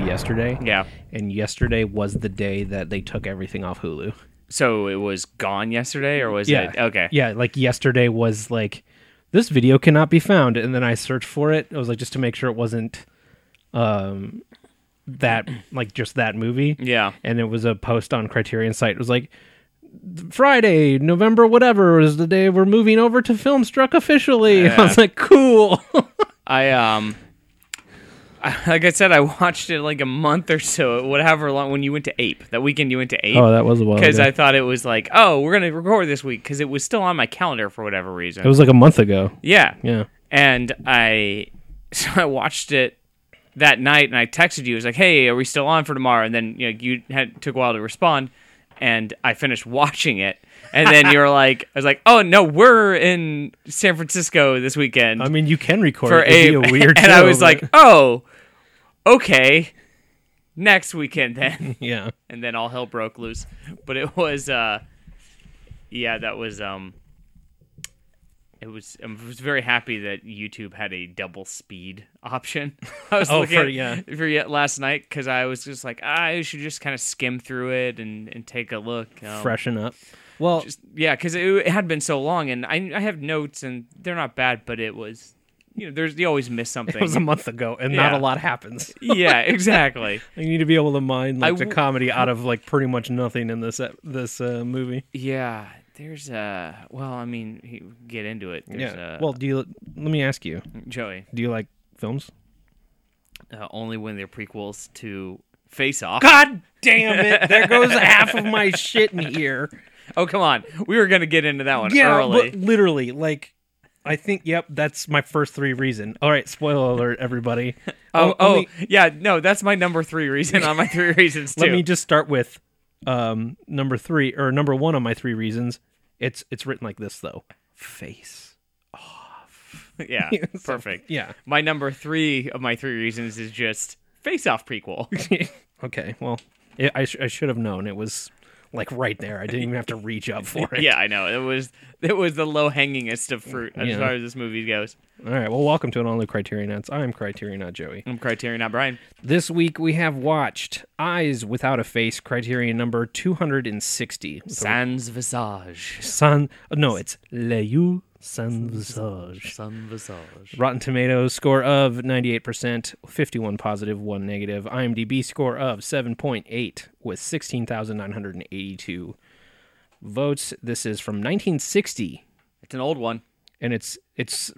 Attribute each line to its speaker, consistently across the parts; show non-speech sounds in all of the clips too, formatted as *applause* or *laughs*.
Speaker 1: yesterday.
Speaker 2: Yeah.
Speaker 1: And yesterday was the day that they took everything off Hulu.
Speaker 2: So it was gone yesterday, or was
Speaker 1: Yeah.
Speaker 2: it okay?
Speaker 1: Yeah, like yesterday was like this video cannot be found, and then I searched for it. I was like just to make sure it wasn't um that like just that movie.
Speaker 2: Yeah.
Speaker 1: And it was a post on Criterion site. It was like Friday, November whatever is the day we're moving over to Filmstruck officially. *laughs* I was like, *laughs* cool.
Speaker 2: I um, I, like I said, I watched it like a month or so, whatever long when you went to Ape that weekend. You went to Ape.
Speaker 1: Oh, that was a while.
Speaker 2: because I thought it was like, oh, we're gonna record this week because it was still on my calendar for whatever reason.
Speaker 1: it was like a month ago.
Speaker 2: yeah,
Speaker 1: Yeah.
Speaker 2: and I *laughs* so I watched it that night, and I texted you. I was like, hey, are we still on for tomorrow? And then you know, you had took a while to respond, and I finished *laughs* watching it, and then
Speaker 1: *laughs*
Speaker 2: you were like, I was like, oh no, we're in San Francisco this weekend
Speaker 1: I mean, you can record
Speaker 2: for
Speaker 1: it. It'd
Speaker 2: Abe,
Speaker 1: be *laughs*
Speaker 2: *laughs*
Speaker 1: a weird
Speaker 2: and I
Speaker 1: show,
Speaker 2: was
Speaker 1: but-
Speaker 2: like, oh, okay, next weekend then.
Speaker 1: yeah.
Speaker 2: and then all hell broke loose. *laughs* But it was, uh, yeah, that was, um, it was. I was very happy that YouTube had a double speed *laughs* option. I was
Speaker 1: Oh,
Speaker 2: looking
Speaker 1: for-
Speaker 2: at-
Speaker 1: yeah.
Speaker 2: for yet last night because I was just like, I should just kind of skim through it and and take a look. Um,
Speaker 1: Freshen up. Well,
Speaker 2: Just, yeah, because it, it had been so long, and I I have notes, and they're not bad, but it was, you know, there's you always miss
Speaker 1: it was a
Speaker 2: something.
Speaker 1: month ago, and
Speaker 2: Yeah.
Speaker 1: not a lot happens.
Speaker 2: *laughs*
Speaker 1: *laughs*
Speaker 2: yeah, exactly.
Speaker 1: You need to be able to mine like
Speaker 2: I
Speaker 1: the
Speaker 2: w-
Speaker 1: comedy out of like pretty much nothing in this ep- this uh, movie.
Speaker 2: Yeah, there's uh well, I mean, he, get into it. There's,
Speaker 1: yeah.
Speaker 2: Uh,
Speaker 1: well, do you? Let me ask you.
Speaker 2: Joey,
Speaker 1: Do you like films?
Speaker 2: uh, only when they're prequels to Face Off.
Speaker 1: God damn it! There goes half of my shit in here.
Speaker 2: Oh, come on. We were going to get into that one
Speaker 1: Yeah,
Speaker 2: early.
Speaker 1: but literally, like, I think. Yep, that's my first three reason. All right, spoiler alert, everybody.
Speaker 2: *laughs* oh,
Speaker 1: Only-
Speaker 2: oh, yeah, no, that's my number three reason on
Speaker 1: *laughs*
Speaker 2: my three reasons, too.
Speaker 1: Let me just start with um, number three or number one on my three reasons. It's it's written like this though. Face. *laughs*
Speaker 2: yeah, perfect.
Speaker 1: Yeah.
Speaker 2: My number three of my three reasons is just Face
Speaker 1: *laughs*
Speaker 2: Off prequel.
Speaker 1: okay. Well, it, I sh- I should have known it was like right there. I didn't even have to reach up for it.
Speaker 2: yeah, I know. It was it was the low hangingest of fruit as
Speaker 1: Yeah.
Speaker 2: far as this movie goes.
Speaker 1: All right. Well, welcome to an all new Criterionauts. I'm Criterionaut Joey.
Speaker 2: I'm Um, Criterion, not Brian.
Speaker 1: This week we have watched Eyes Without a Face, Criterion number 260.
Speaker 2: Sans Visage.
Speaker 1: San. No, it's Le You Sans Visage.
Speaker 2: Sans Visage.
Speaker 1: Rotten Tomatoes score of 98%, 51 positive, 1 negative. IMDb score of 7.8 with 16,982 votes. This is from 1960
Speaker 2: It's an old one.
Speaker 1: and it's it's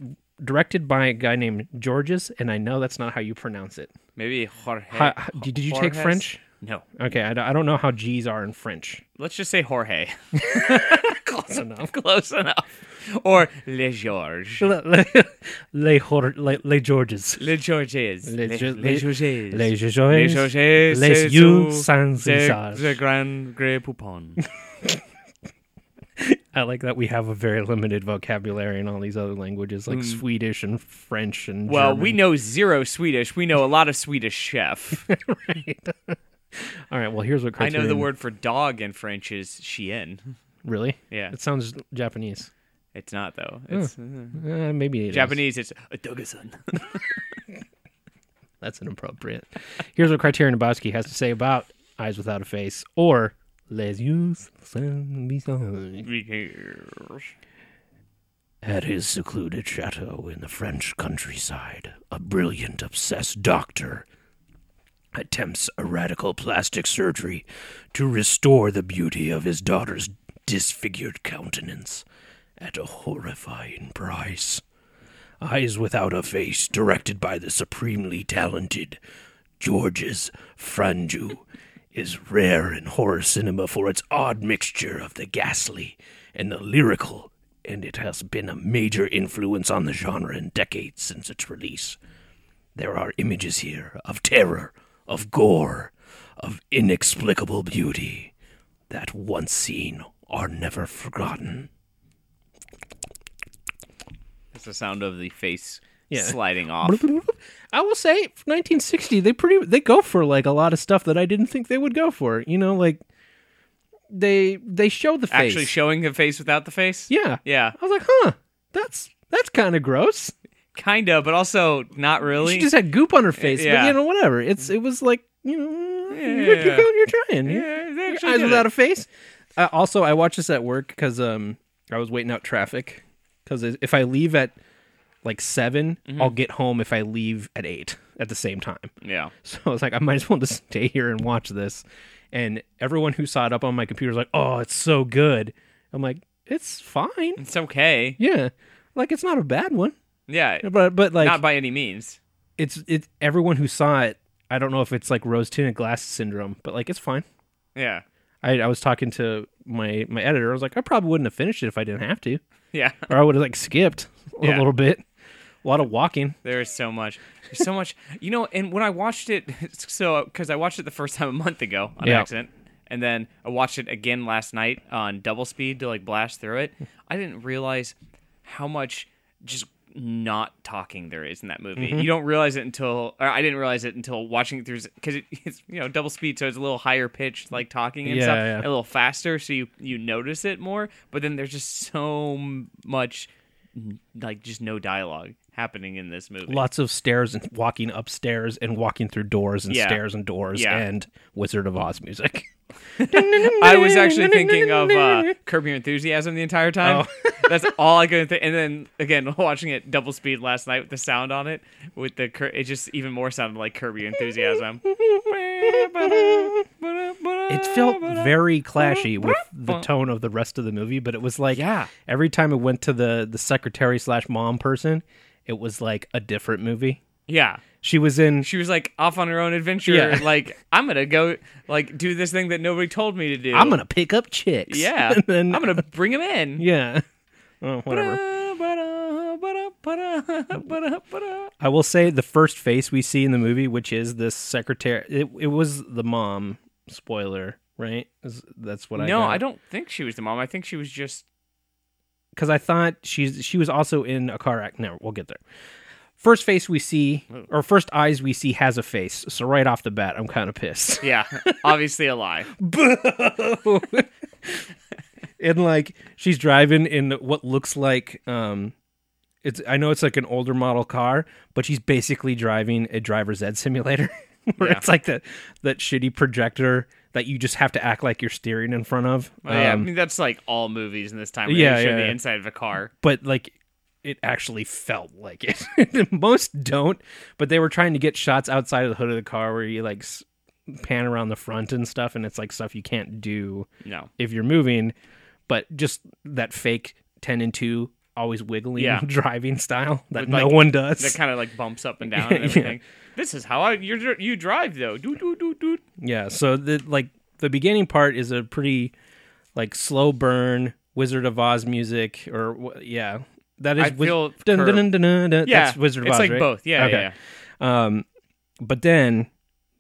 Speaker 1: directed by a guy named Georges and I know that's not how you pronounce it.
Speaker 2: Maybe Jorge.
Speaker 1: Hi- did you take
Speaker 2: Jorges?
Speaker 1: French?
Speaker 2: No.
Speaker 1: Okay, I, don't- I don't know how G's are in French.
Speaker 2: Let's just say
Speaker 1: *laughs*
Speaker 2: Jorge.
Speaker 1: Close enough.
Speaker 2: Close enough. Or Le
Speaker 1: *laughs*
Speaker 2: George.
Speaker 1: Le, le, le, Jor- le, le Georges.
Speaker 2: Le Georges.
Speaker 1: Le Ge-
Speaker 2: Le
Speaker 1: Le
Speaker 2: Georges. Le
Speaker 1: Georges.
Speaker 2: Georges.
Speaker 1: Les
Speaker 2: c'est
Speaker 1: yeux
Speaker 2: tout.
Speaker 1: sans
Speaker 2: C'est
Speaker 1: visage.
Speaker 2: The Grand
Speaker 1: *laughs*
Speaker 2: Grey Poupon.
Speaker 1: I like that we have a very limited vocabulary in all these other languages, like Swedish and French and
Speaker 2: well,
Speaker 1: German.
Speaker 2: we know zero Swedish. We know a lot of Swedish
Speaker 1: *laughs*
Speaker 2: chef.
Speaker 1: all right. Well, here's what
Speaker 2: I know the
Speaker 1: criterion-
Speaker 2: word for dog in French is chien.
Speaker 1: Really?
Speaker 2: Yeah.
Speaker 1: It sounds Japanese.
Speaker 2: It's not, though. It's
Speaker 1: Uh, maybe it is.
Speaker 2: Japanese. It's a *laughs* dogasan.
Speaker 1: That's inappropriate. *laughs* here's what Criterion Bosky has to say about Eyes Without a Face or Les Yeux Sans Visage. At his secluded chateau in the French countryside, a brilliant, obsessed doctor attempts a radical plastic surgery to restore the beauty of his daughter's disfigured countenance at a horrifying price. Eyes Without a Face, directed by the supremely talented Georges Franju, is rare in horror cinema for its odd mixture of the ghastly and the lyrical, and it has been a major influence on the genre in decades since its release. There are images here of terror, of gore, of inexplicable beauty that once seen are never forgotten.
Speaker 2: That's the sound of the face
Speaker 1: Yeah.
Speaker 2: sliding off.
Speaker 3: *laughs*
Speaker 1: I will say, 1960, they pretty they go for like a lot of stuff that I didn't think they would go for. You know, like they they show the face.
Speaker 2: Actually showing the face without the face?
Speaker 1: yeah,
Speaker 2: Yeah.
Speaker 1: I was like, huh, that's that's kind of gross.
Speaker 2: Kind of, but also not really.
Speaker 1: She just had goop on her face,
Speaker 2: Yeah.
Speaker 1: but you know, whatever. It's it was like you know, you're, you're going, you're trying.
Speaker 2: Yeah, they actually
Speaker 1: Eyes
Speaker 2: did
Speaker 1: without
Speaker 2: it.
Speaker 1: a face. Uh, also, I watched this at work because um, I was waiting out traffic. Because if I leave at like 7
Speaker 2: Mm-hmm.
Speaker 1: i I'll get home if I leave at eight at the same time. *laughs*
Speaker 2: yeah.
Speaker 1: So I was like, I might as well just stay here and watch this. And everyone who saw it up on my computer was like, "Oh, it's so good." I'm like, "It's fine,
Speaker 2: It's okay.
Speaker 1: yeah. Like it's not a bad one,
Speaker 2: Yeah,
Speaker 1: but but like
Speaker 2: not by any means.
Speaker 1: it's it. Everyone who saw it, I don't know if it's like rose tinted glasses syndrome, but like it's fine.
Speaker 2: Yeah,
Speaker 1: I, I was talking to my my editor. I was like, I probably wouldn't have finished it if I didn't have to,
Speaker 2: yeah. *laughs*
Speaker 1: or I would have like skipped a
Speaker 2: Yeah.
Speaker 1: little bit, a lot of walking.
Speaker 2: There is so much. There's so much. You know, and when I watched it, *laughs* so because I watched it the first *laughs* time a month ago on
Speaker 1: Yeah.
Speaker 2: accident, and then I watched it again last night on double speed to like blast
Speaker 1: *laughs*
Speaker 2: through it. I didn't realize how much just not talking there is in that movie.
Speaker 1: Mm-hmm.
Speaker 2: You don't realize it until, or I didn't realize it until watching it through because it, *laughs* it's you know double speed, so it's a little higher pitched, like talking and
Speaker 1: Yeah,
Speaker 2: stuff,
Speaker 1: yeah.
Speaker 2: a little faster, so you you notice it more. But then there's just so m- much, n- like just no dialogue happening in this movie.
Speaker 1: Lots of stairs and walking upstairs and walking through doors and
Speaker 2: Yeah.
Speaker 1: stairs and doors
Speaker 2: Yeah.
Speaker 1: and Wizard of Oz music. *laughs*
Speaker 2: I was actually thinking of uh, Curb Your Enthusiasm the entire time.
Speaker 1: Oh.
Speaker 2: *laughs* That's all I could think. And then again, *laughs* watching it double speed last night with the sound on it, with the cur- it just even more sounded like Curb Your Enthusiasm.
Speaker 1: *laughs* It
Speaker 2: It
Speaker 1: felt very
Speaker 2: *laughs*
Speaker 1: clashy with the tone of the rest of the movie, but it was like
Speaker 2: Yeah.
Speaker 1: every time it went to the the secretary slash mom person, it was like a different movie.
Speaker 2: yeah.
Speaker 1: She was in
Speaker 2: She was like off on her own adventure.
Speaker 1: Yeah.
Speaker 2: Like I'm gonna go like do this thing that nobody told me to do.
Speaker 1: I'm gonna pick up chicks.
Speaker 2: yeah.
Speaker 1: *laughs* and then
Speaker 2: I'm gonna bring him in.
Speaker 1: yeah. *laughs* Oh, whatever. I will say the first face we see in the movie, which is this secretary, it, it was the mom. Spoiler, right? Is- That's what I
Speaker 2: No, I don't think she was the mom. I think she was just
Speaker 1: because I thought she's she was also in a car act. No, we'll get there. First face we see, or first eyes we see, has a face. So right off the bat, I'm kind of pissed. *laughs*
Speaker 2: yeah, obviously a lie.
Speaker 1: *laughs* and like she's driving in what looks like um it's I know it's like an older model car, but she's basically driving a driver's ed simulator *laughs* where
Speaker 2: Yeah.
Speaker 1: it's like that that shitty projector that you just have to act like you're steering in front of.
Speaker 2: Oh, yeah, I
Speaker 1: Um,
Speaker 2: mean that's like all movies in this time. Where
Speaker 1: Yeah,
Speaker 2: they show
Speaker 1: yeah,
Speaker 2: the
Speaker 1: yeah.
Speaker 2: inside of a car.
Speaker 1: but like it actually felt like it. *laughs* Most don't, but they were trying to get shots outside of the hood of the car where you like s- pan around the front and stuff and it's like stuff you can't do
Speaker 2: No,
Speaker 1: if you're moving, but just that fake 10 and 2 always wiggling
Speaker 2: Yeah.
Speaker 1: *laughs* driving style that
Speaker 2: With,
Speaker 1: no
Speaker 2: like,
Speaker 1: one does. *laughs*
Speaker 2: that kind of like bumps up and down and
Speaker 1: Yeah.
Speaker 2: everything. This is how I you you drive though. Do do do do.
Speaker 1: yeah, so the like the beginning part is a pretty like slow burn Wizard of Oz music or wh- yeah. That is
Speaker 2: I
Speaker 1: Wiz-
Speaker 2: feel
Speaker 1: dun, dun,
Speaker 2: curved.
Speaker 1: dun, dun, dun, dun.
Speaker 2: Yeah,
Speaker 1: that's Wizard of
Speaker 2: it's
Speaker 1: Oz,
Speaker 2: like
Speaker 1: right?
Speaker 2: both. Yeah,
Speaker 1: Okay.
Speaker 2: yeah, yeah.
Speaker 1: Um, but then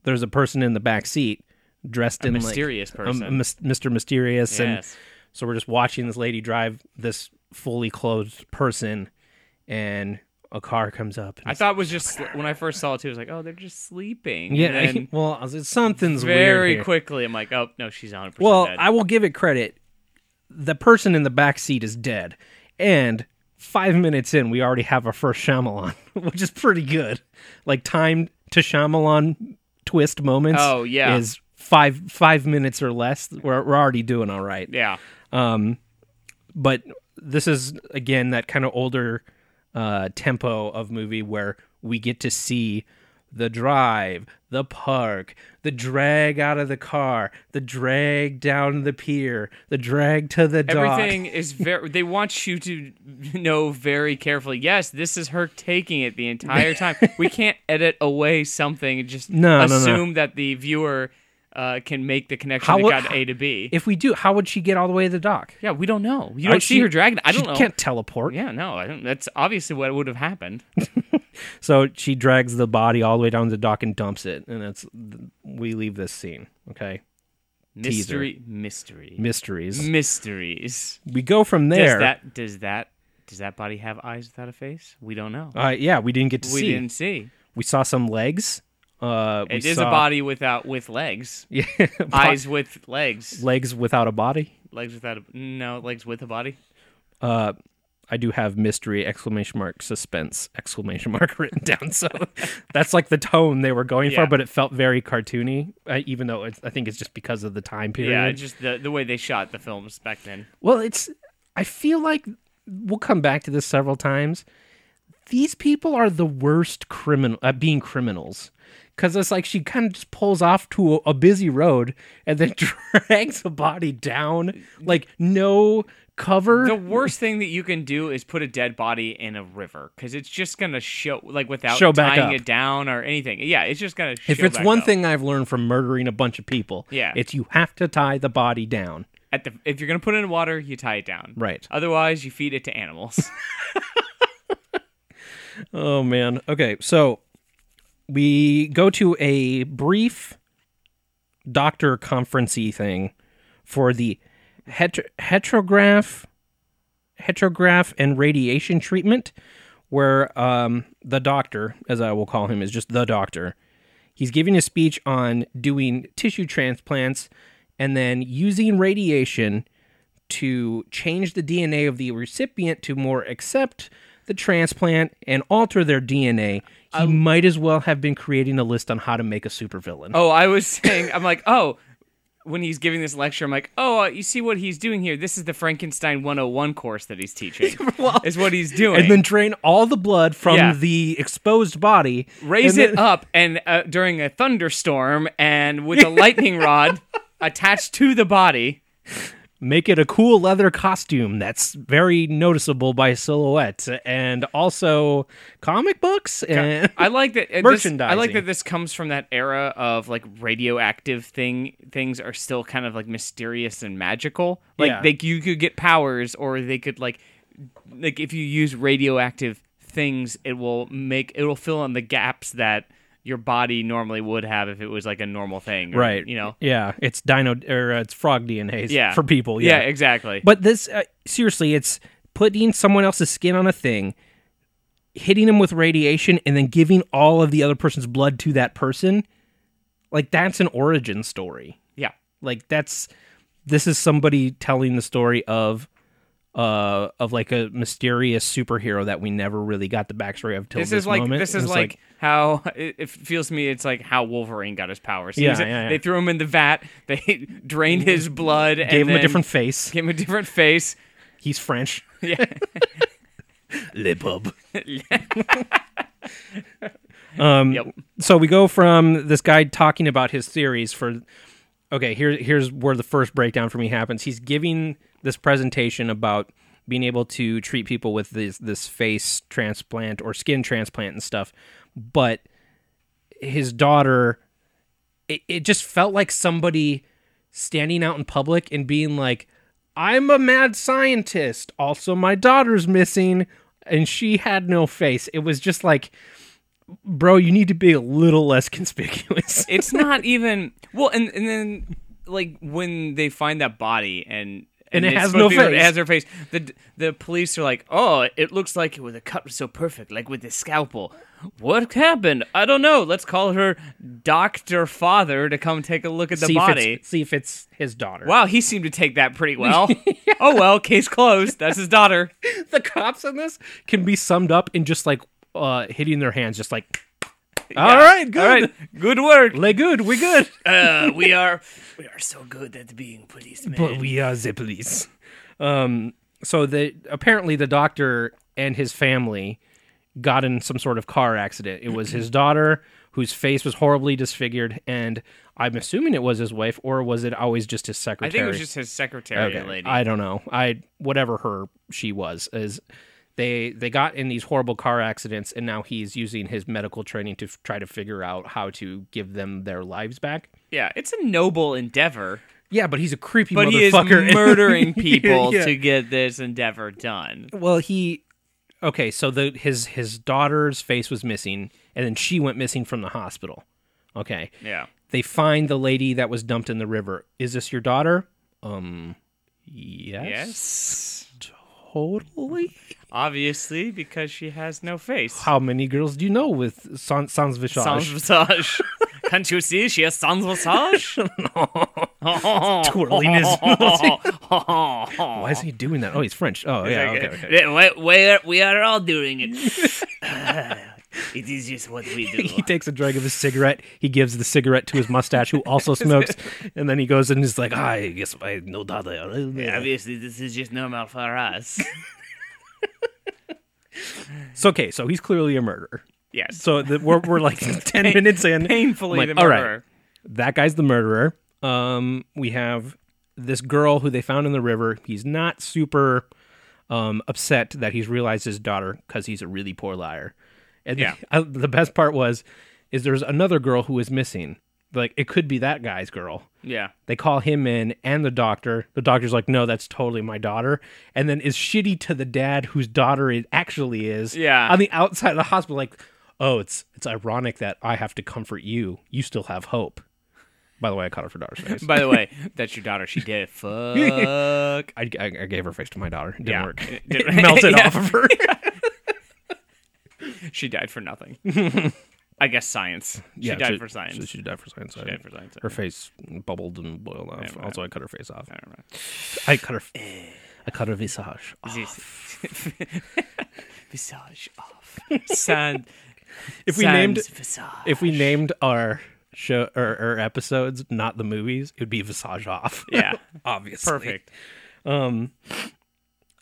Speaker 1: there's a person in the back seat dressed in
Speaker 2: mysterious
Speaker 1: like um,
Speaker 2: person.
Speaker 1: mis- Mr. Mysterious, and
Speaker 2: yes.
Speaker 1: so we're just watching this lady drive this fully clothed person, and a car comes up. and
Speaker 2: I thought it was just when I first saw it too. I was like, oh, they're just
Speaker 1: *laughs*
Speaker 2: sleeping.
Speaker 1: yeah, *laughs*
Speaker 2: And then
Speaker 1: well, I was like, something's weird
Speaker 2: very
Speaker 1: here.
Speaker 2: quickly, I'm like, oh no, she's 100 percent
Speaker 1: Well,
Speaker 2: dead.
Speaker 1: I will give it credit. The person in the back seat is dead, and five minutes in, we already have our first Shyamalan, *laughs* which is pretty good. Like time to Shyamalan twist moments.
Speaker 2: Oh, yeah.
Speaker 1: is five five minutes or less. We're we're already doing all right.
Speaker 2: yeah,
Speaker 1: But this is again that kind of older uh, tempo of movie where we get to see the drive, the park, the drag out of the car, the drag down the pier, the drag to the dock.
Speaker 2: everything is very. They want you to know very carefully. Yes, this is her taking it the entire time.
Speaker 1: *laughs*
Speaker 2: we can't edit away something and just
Speaker 1: No, no, no.
Speaker 2: assume that the viewer uh, can make the connection
Speaker 1: How
Speaker 2: that
Speaker 1: would-
Speaker 2: got A to B.
Speaker 1: If we do, how would she get all the way to the dock?
Speaker 2: yeah, we don't know. You don't see
Speaker 1: she-
Speaker 2: her dragon. I don't
Speaker 1: she
Speaker 2: know.
Speaker 1: Can't teleport.
Speaker 2: Yeah, no, I don't. That's obviously what would have happened.
Speaker 1: So she drags the body all the way down to the dock and dumps it, and that's we leave this scene. Okay,
Speaker 2: Mystery, mystery,
Speaker 1: mysteries.
Speaker 2: mysteries.
Speaker 1: We go from
Speaker 2: Does
Speaker 1: there.
Speaker 2: Mm-hmm. that does that does that body have eyes without a face? We don't know.
Speaker 1: uh, yeah, we didn't get to
Speaker 2: we
Speaker 1: see.
Speaker 2: didn't see.
Speaker 1: We saw some legs. Uh, we
Speaker 2: It is
Speaker 1: saw
Speaker 2: a body without with legs.
Speaker 1: Yeah, *laughs*
Speaker 2: Eyes with legs.
Speaker 1: legs without a body.
Speaker 2: Legs without a no. Legs with a body.
Speaker 1: Uh, I do have mystery exclamation mark suspense exclamation mark *laughs* written down. So that's like the tone they were going
Speaker 2: Yeah.
Speaker 1: for, but it felt very cartoony. Uh, even though it's, I think it's just because of the time period.
Speaker 2: Yeah, just the the way they shot the films back then.
Speaker 1: Well, it's. I feel like we'll come back to this several times. These people are the worst criminal at being criminals, because it's like she kind of just pulls off to a, a busy road and then *laughs* drags a body down, like no cover.
Speaker 2: The worst thing that you can do is put a dead body in a river because it's just gonna show like without
Speaker 1: Show back
Speaker 2: tying
Speaker 1: up.
Speaker 2: it down or anything. Yeah, it's just gonna.
Speaker 1: if
Speaker 2: show
Speaker 1: it's
Speaker 2: back
Speaker 1: one
Speaker 2: up.
Speaker 1: thing I've learned from murdering a bunch of people,
Speaker 2: Yeah.
Speaker 1: it's you have to tie the body down.
Speaker 2: at the if you're gonna put it in water, you tie it down.
Speaker 1: Right.
Speaker 2: Otherwise, you feed it to animals. *laughs*
Speaker 1: Oh man. Okay, so we go to a brief doctor conferencey thing for the heter- heterograph heterograph and radiation treatment where um the doctor as I will call him is just the doctor. He's giving a speech on doing tissue transplants and then using radiation to change the DNA of the recipient to more accept the transplant and alter their DNA, he might as well have been creating a list on how to make a supervillain.
Speaker 2: Um, oh, I was saying, I'm like, oh, when he's giving this lecture, I'm like, oh, uh, you see what he's doing here? This is the Frankenstein 101 course that
Speaker 1: *laughs*
Speaker 2: he's teaching. is what he's doing.
Speaker 1: And then drain all the blood from
Speaker 2: Yeah.
Speaker 1: the exposed body.
Speaker 2: raise
Speaker 1: and
Speaker 2: it up and uh, during a thunderstorm and
Speaker 1: *laughs*
Speaker 2: with a lightning rod attached to the body
Speaker 1: Make it a cool leather costume that's very noticeable by silhouette. And also comic books. And *laughs*
Speaker 2: i like that uh, this, i like
Speaker 1: Merchandising.
Speaker 2: that this comes from that era of like radioactive thing things are still kind of like mysterious and magical like
Speaker 1: Yeah.
Speaker 2: they you could get powers or they could like like if you use radioactive things it will make it will fill in the gaps that your body normally would have if it was like a normal thing or,
Speaker 1: right.
Speaker 2: you know
Speaker 1: Yeah. It's dino or uh, it's frog DNA
Speaker 2: yeah
Speaker 1: for people.
Speaker 2: yeah exactly
Speaker 1: But this, uh, seriously, it's putting someone else's skin on a thing, hitting them with radiation, and then giving all of the other person's blood to that person. Like, that's an origin story.
Speaker 2: yeah
Speaker 1: Like, that's this is somebody telling the story of. Uh, of like a mysterious superhero that we never really got the backstory of till this,
Speaker 2: this is like
Speaker 1: moment.
Speaker 2: this
Speaker 1: And
Speaker 2: is
Speaker 1: it's
Speaker 2: like, how it, it feels to me. It's like how Wolverine got his powers. He
Speaker 1: Yeah,
Speaker 2: was-
Speaker 1: yeah, yeah.
Speaker 2: They threw him in the vat. *laughs* They drained his blood. and
Speaker 1: gave him
Speaker 2: then
Speaker 1: a different face.
Speaker 2: Gave him a different face. *laughs*
Speaker 1: He's French.
Speaker 2: Yeah.
Speaker 3: Lip up.
Speaker 1: Um,
Speaker 2: yep.
Speaker 1: so we go from this guy talking about his theories for okay here, here's where the first breakdown for me happens he's giving this presentation about being able to treat people with this this face transplant or skin transplant and stuff but his daughter it, it just felt like somebody standing out in public and being like i'm a mad scientist also my daughter's missing and she had no face it was just like bro, you need to be a little less *laughs* conspicuous.
Speaker 2: It's not even well, and and then like when they find that body and.
Speaker 1: And it
Speaker 2: it's
Speaker 1: has
Speaker 2: supposed
Speaker 1: no
Speaker 2: to be- It
Speaker 1: face.
Speaker 2: has her face. The the police are like, "Oh, it looks like it was a cut was so perfect, like with the scalpel." What happened? I don't know. Let's call her Doctor Father to come take a look at the
Speaker 1: see
Speaker 2: body.
Speaker 1: If it's, see if it's his daughter.
Speaker 2: Wow, he seemed to take that
Speaker 1: *laughs*
Speaker 2: pretty well. Oh well, case closed. That's his daughter.
Speaker 1: The cops in this can be summed up in just like uh, hitting their hands, just like, all right, good.
Speaker 2: All right, good work.
Speaker 1: Le good, we good.
Speaker 2: Uh, we are we are so good at being policemen.
Speaker 1: but we are the police. Um, so the apparently the doctor and his family got in some sort of car accident. It was
Speaker 2: *clears throat*
Speaker 1: his daughter whose face was horribly disfigured, and I'm assuming it was his wife, or was it always just his
Speaker 2: I
Speaker 1: secretary?
Speaker 2: think it was just his secretary
Speaker 1: Okay.
Speaker 2: lady.
Speaker 1: I don't know. I whatever her she was is they they got in these horrible car accidents and now he's using his medical training to f- try to figure out how to give them their lives back.
Speaker 2: yeah, it's a noble endeavor,
Speaker 1: Yeah, but he's a creepy
Speaker 2: but he is
Speaker 1: motherfucker. *laughs*
Speaker 2: murdering people
Speaker 1: Yeah.
Speaker 2: to get this endeavor done.
Speaker 1: well, he okay, so the his his daughter's face was missing and then she went missing from the hospital. Okay.
Speaker 2: Yeah.
Speaker 1: They find the lady that was dumped in the river. Is this your daughter? Um yes.
Speaker 2: Yes.
Speaker 1: Totally.
Speaker 2: Obviously, because she has no face.
Speaker 3: *laughs*
Speaker 1: How many girls do you know with sans, sans visage? *laughs*
Speaker 2: Sans visage. Can't you see she has sans visage? *laughs*
Speaker 3: twirling his.
Speaker 2: Why *laughs*
Speaker 3: Why is he doing that? Oh, he's French. Oh, yeah. Okay, okay.
Speaker 2: we are all doing
Speaker 3: *laughs*
Speaker 2: it. *sighs* it is just what we do.
Speaker 3: He takes a drag of his cigarette. He gives the cigarette to his mustache, who also smokes, and then he goes and he's like, "Ah, "I guess I know that." *laughs* Yeah.
Speaker 2: Obviously, this is just normal for
Speaker 3: *laughs*
Speaker 2: us.
Speaker 3: It's okay. So he's clearly a murderer.
Speaker 2: Yes.
Speaker 3: So the, we're we're like ten minutes in.
Speaker 2: Painfully
Speaker 3: Like,
Speaker 2: the
Speaker 3: all right.
Speaker 2: murderer.
Speaker 3: that guy's the murderer. Um, we have this girl who they found in the river. He's not super um, upset that he's realized his daughter because he's a really poor liar. And *laughs*
Speaker 2: Yeah.
Speaker 3: the, I- the best part was is there's another girl who is missing. Like it could be that guy's girl.
Speaker 2: Yeah.
Speaker 3: They call him in and the doctor. The doctor's like, "No, that's totally my daughter." And then is shitty to the dad whose daughter it actually is.
Speaker 2: Yeah.
Speaker 3: On the outside of the hospital, like, "Oh, it's it's ironic that I have to comfort you. You still have hope." By the way, I caught her for daughter's *laughs* face.
Speaker 2: By the way, that's your daughter. She did.
Speaker 3: *laughs*
Speaker 2: Fuck.
Speaker 3: I, I, I gave her face to my daughter. It didn't *laughs*
Speaker 2: Yeah.
Speaker 3: work. It,
Speaker 2: didn't-
Speaker 3: melted
Speaker 2: Yeah.
Speaker 3: off of her.
Speaker 2: She died for
Speaker 3: *laughs*
Speaker 2: nothing. *laughs* I guess science. She
Speaker 3: Yeah,
Speaker 2: died for science.
Speaker 3: She, she died for science. She
Speaker 2: died for science.
Speaker 3: Her face bubbled and boiled off.
Speaker 2: right.
Speaker 3: Also, I cut her face off.
Speaker 2: I don't know.
Speaker 3: I cut her.
Speaker 2: Eh.
Speaker 3: I cut her visage. off. *laughs*
Speaker 2: visage off. Sand.
Speaker 3: *laughs* If we named
Speaker 2: visage.
Speaker 3: if we named our show or, or episodes not the movies, it would be Visage Off.
Speaker 2: Yeah.
Speaker 3: *laughs*
Speaker 2: *laughs*
Speaker 3: obviously. Um,
Speaker 2: perfect.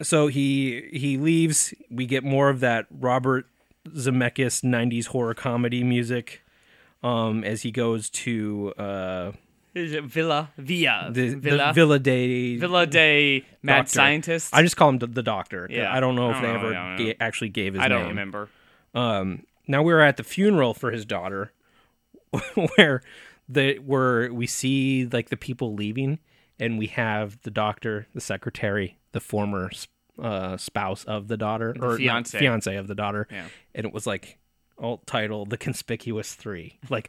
Speaker 3: So he he leaves. We get more of that Robert Zemeckis '90s horror comedy music um, as he goes to uh,
Speaker 2: Is it Villa? Villa.
Speaker 3: the
Speaker 2: Villa.
Speaker 3: Villa, the Villa de
Speaker 2: Villa de Mad
Speaker 3: Doctor.
Speaker 2: Scientist.
Speaker 3: I just call him the, the Doctor.
Speaker 2: Yeah.
Speaker 3: I don't know if
Speaker 2: I
Speaker 3: they
Speaker 2: don't know,
Speaker 3: ever
Speaker 2: I don't
Speaker 3: ga-
Speaker 2: know.
Speaker 3: actually gave his
Speaker 2: I don't
Speaker 3: name.
Speaker 2: remember.
Speaker 3: Now we were at the funeral for his daughter, *laughs* where they were we see like the people leaving, and we have the doctor, the secretary, the former uh, spouse of the daughter or not,
Speaker 2: fiance.
Speaker 3: fiance of the daughter,
Speaker 2: Yeah.
Speaker 3: and it was like alt title the conspicuous three like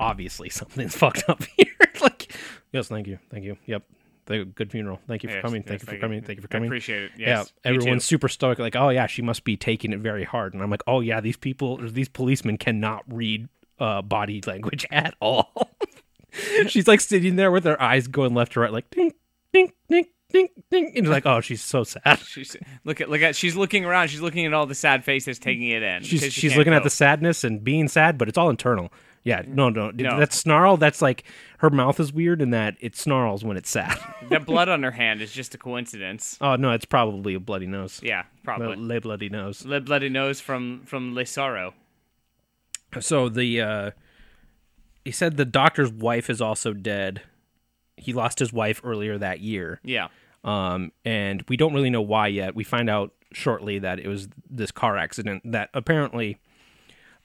Speaker 3: obviously something's *laughs* fucked up here like yes thank you thank you yep Th- good funeral thank you for
Speaker 2: Yes,
Speaker 3: coming
Speaker 2: yes,
Speaker 3: thank you for coming thank you for coming
Speaker 2: I appreciate it. Yes,
Speaker 3: yeah,
Speaker 2: me too.
Speaker 3: everyone's super stoic. Like, oh yeah, she must be taking it very hard. And I'm like, oh yeah, these people, or these policemen cannot read uh, body *laughs* language at all. *laughs* she's like sitting there with her eyes going left to right, like ding, ding, ding, ding, ding, and you're like, oh, she's so sad. *laughs*
Speaker 2: She's look at look at. She's looking around. She's looking at all the sad faces, taking it in.
Speaker 3: She's
Speaker 2: because she
Speaker 3: she's
Speaker 2: can't
Speaker 3: looking at
Speaker 2: cope.
Speaker 3: the sadness and being sad, but it's all internal. Yeah, no, no,
Speaker 2: No.
Speaker 3: that snarl. That's like her mouth is weird, and that it snarls when it's sad. *laughs*
Speaker 2: the blood on her hand is just a coincidence.
Speaker 3: oh no, it's probably a bloody nose.
Speaker 2: Yeah, probably.
Speaker 3: Le bloody nose.
Speaker 2: Le bloody nose from from Le Sorrow.
Speaker 3: so the uh he said the doctor's wife is also dead he lost his wife earlier that year
Speaker 2: Yeah,
Speaker 3: um and we don't really know why yet we find out shortly that it was this car accident that apparently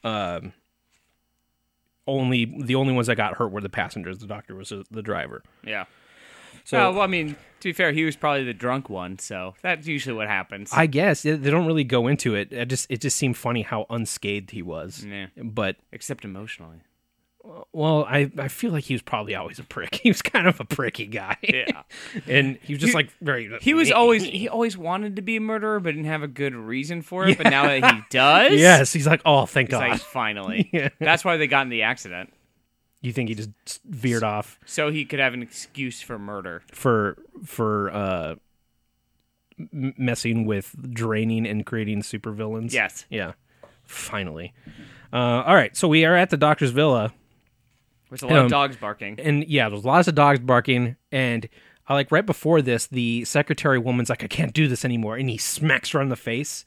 Speaker 3: um only the only ones that got hurt were the passengers the doctor was the driver
Speaker 2: yeah.
Speaker 3: so
Speaker 2: well, well, I mean, to be fair, he was probably the drunk one, so that's usually what happens.
Speaker 3: i guess they they don't really go into it it just it just seemed funny how unscathed he was
Speaker 2: Yeah.
Speaker 3: but
Speaker 2: Except emotionally.
Speaker 3: well i i feel like he was probably always a prick *laughs* he was kind of a pricky guy
Speaker 2: Yeah.
Speaker 3: and he was just like very.
Speaker 2: *laughs* He was always he always wanted to be a murderer, but didn't have a good reason for it. But now that
Speaker 3: *laughs*
Speaker 2: he does,
Speaker 3: yes. He's like, oh, thank
Speaker 2: it's
Speaker 3: God.
Speaker 2: like finally.
Speaker 3: *laughs* Yeah.
Speaker 2: That's why they got in the accident,
Speaker 3: you think he just veered off
Speaker 2: so he could have an excuse for murder.
Speaker 3: for for uh m- messing with draining and creating supervillains?
Speaker 2: Yes.
Speaker 3: Yeah. Finally. Uh, all right. So we are at the doctor's villa,
Speaker 2: There's a lot
Speaker 3: Um,
Speaker 2: of dogs barking. *laughs*
Speaker 3: and yeah, there's lots of dogs barking and. I like right before this, the secretary woman's like, "I can't do this anymore," and he smacks her on the face,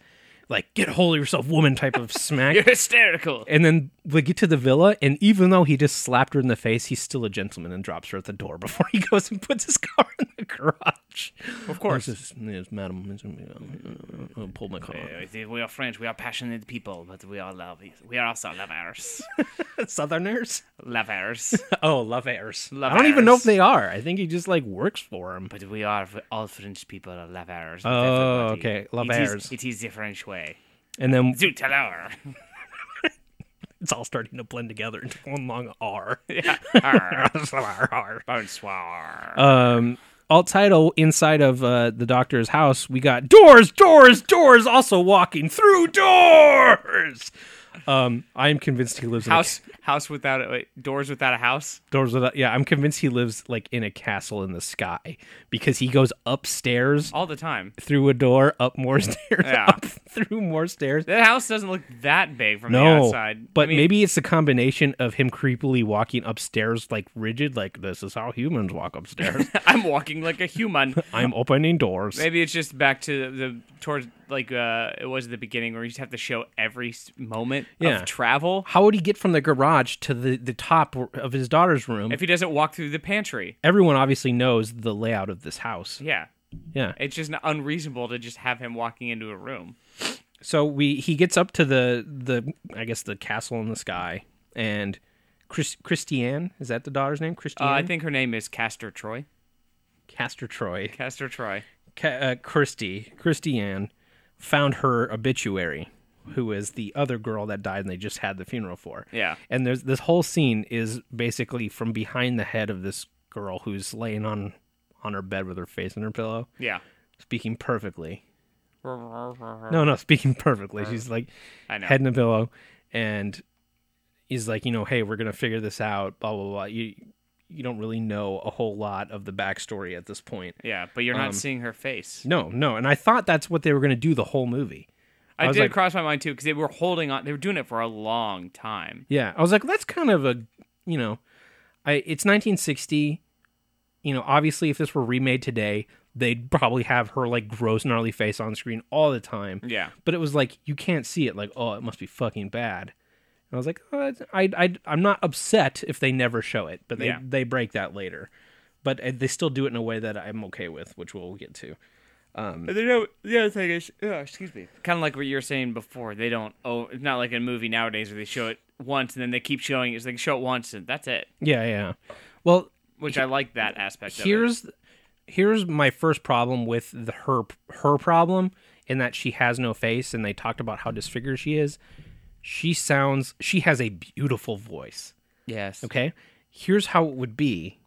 Speaker 3: like "Get a hold of yourself, woman!" type of smack.
Speaker 2: You're hysterical.
Speaker 3: And then we get to the villa, and even though he just slapped her in the face, he's still a gentleman and drops her at the door *laughs* before he goes and puts his car in the garage. Of course, yes, madam, it's, uh, uh, uh, pull my car.
Speaker 2: We are French. We are passionate people, but we are love. We are also
Speaker 3: *laughs*
Speaker 2: lovers.
Speaker 3: *laughs* Southerners?
Speaker 2: lovers.
Speaker 3: Oh, love airs.
Speaker 2: Love
Speaker 3: I don't even know if
Speaker 2: airs.
Speaker 3: they are. I think he just like works for him.
Speaker 2: But we are all French people are lovers. with
Speaker 3: Oh,
Speaker 2: everybody.
Speaker 3: okay, lovers.
Speaker 2: It is, it is the French way.
Speaker 3: And then *laughs*
Speaker 2: Zut alors.
Speaker 3: it's all starting to blend together into one long R. *laughs*
Speaker 2: Arr.
Speaker 3: R.
Speaker 2: Bonsoir.
Speaker 3: um alt title inside of uh, the doctor's house we got doors doors doors also walking through doors Um, I am convinced he lives in
Speaker 2: House, house without a, wait, doors without a house.
Speaker 3: a, doors without. Yeah, I'm convinced he lives like in a castle in the sky because he goes upstairs
Speaker 2: All the time.
Speaker 3: through a door, up more *laughs* stairs,
Speaker 2: Yeah.
Speaker 3: up through more stairs.
Speaker 2: That house doesn't look that big from the
Speaker 3: No,
Speaker 2: outside.
Speaker 3: but
Speaker 2: I mean,
Speaker 3: maybe it's the combination of him creepily walking upstairs like rigid, like this is how humans walk
Speaker 2: *laughs*
Speaker 3: upstairs.
Speaker 2: *laughs* I'm walking like a human.
Speaker 3: I'm opening doors.
Speaker 2: Maybe it's just back to the towards like uh, it was at the beginning where you just have to show every s- moment
Speaker 3: Yeah.
Speaker 2: of travel.
Speaker 3: How would he get from the garage to the, the top of his daughter's room?
Speaker 2: If he doesn't walk through the pantry,
Speaker 3: Everyone obviously knows the layout of this house.
Speaker 2: yeah,
Speaker 3: Yeah.
Speaker 2: it's just not unreasonable to just have him walking into a room.
Speaker 3: So we he gets up to the the I guess the castle in the sky and Chris, Christiane is that the daughter's name?
Speaker 2: Uh,
Speaker 3: Christiane.
Speaker 2: I think her name is Castor Troy.
Speaker 3: Castor Troy.
Speaker 2: Castor Troy.
Speaker 3: Ca- uh, Christy Christiane found her obituary, who is the other girl that died and they just had the funeral for.
Speaker 2: Yeah.
Speaker 3: And there's this whole scene is basically from behind the head of this girl who's laying on on her bed with her face in her pillow,
Speaker 2: Yeah.
Speaker 3: speaking perfectly.
Speaker 2: I
Speaker 3: No, no, speaking perfectly. She's like
Speaker 2: know.
Speaker 3: head in a pillow and he's like, you know, hey, we're gonna figure this out, blah blah blah. You you don't really know a whole lot of the backstory at this point.
Speaker 2: yeah, but
Speaker 3: um,
Speaker 2: you're not seeing her face.
Speaker 3: No, no, and I thought that's what they were gonna do the whole movie.
Speaker 2: I,
Speaker 3: was
Speaker 2: did
Speaker 3: like-
Speaker 2: cross my mind too because they were holding on. They were doing it for a long time.
Speaker 3: Yeah, I was like, that's kind of a, you know, I it's 1960. You know, obviously, if this were remade today, they'd probably have her like gross, gnarly face on screen all the time.
Speaker 2: Yeah.
Speaker 3: But it was like you can't see it. Like, oh, it must be fucking bad. And I was like, oh, it's- I, I, I'm not upset if they never show it, but they
Speaker 2: Yeah.
Speaker 3: they break that later. But uh, they still do it in a way that I'm okay with, which we'll get to.
Speaker 2: But they don't. The other thing is, oh, excuse me. Kind of like what you were saying before. They don't. Oh, it's not like in a movie nowadays where they show it once and then they keep showing it. So they show it once and that's it.
Speaker 3: Yeah, yeah. Well,
Speaker 2: Which I like that aspect. of
Speaker 3: here's here's my first problem with the, her her problem in that she has no face and they talked about how disfigured she is she sounds she has a beautiful voice
Speaker 2: it. yes.
Speaker 3: okay here's how it would be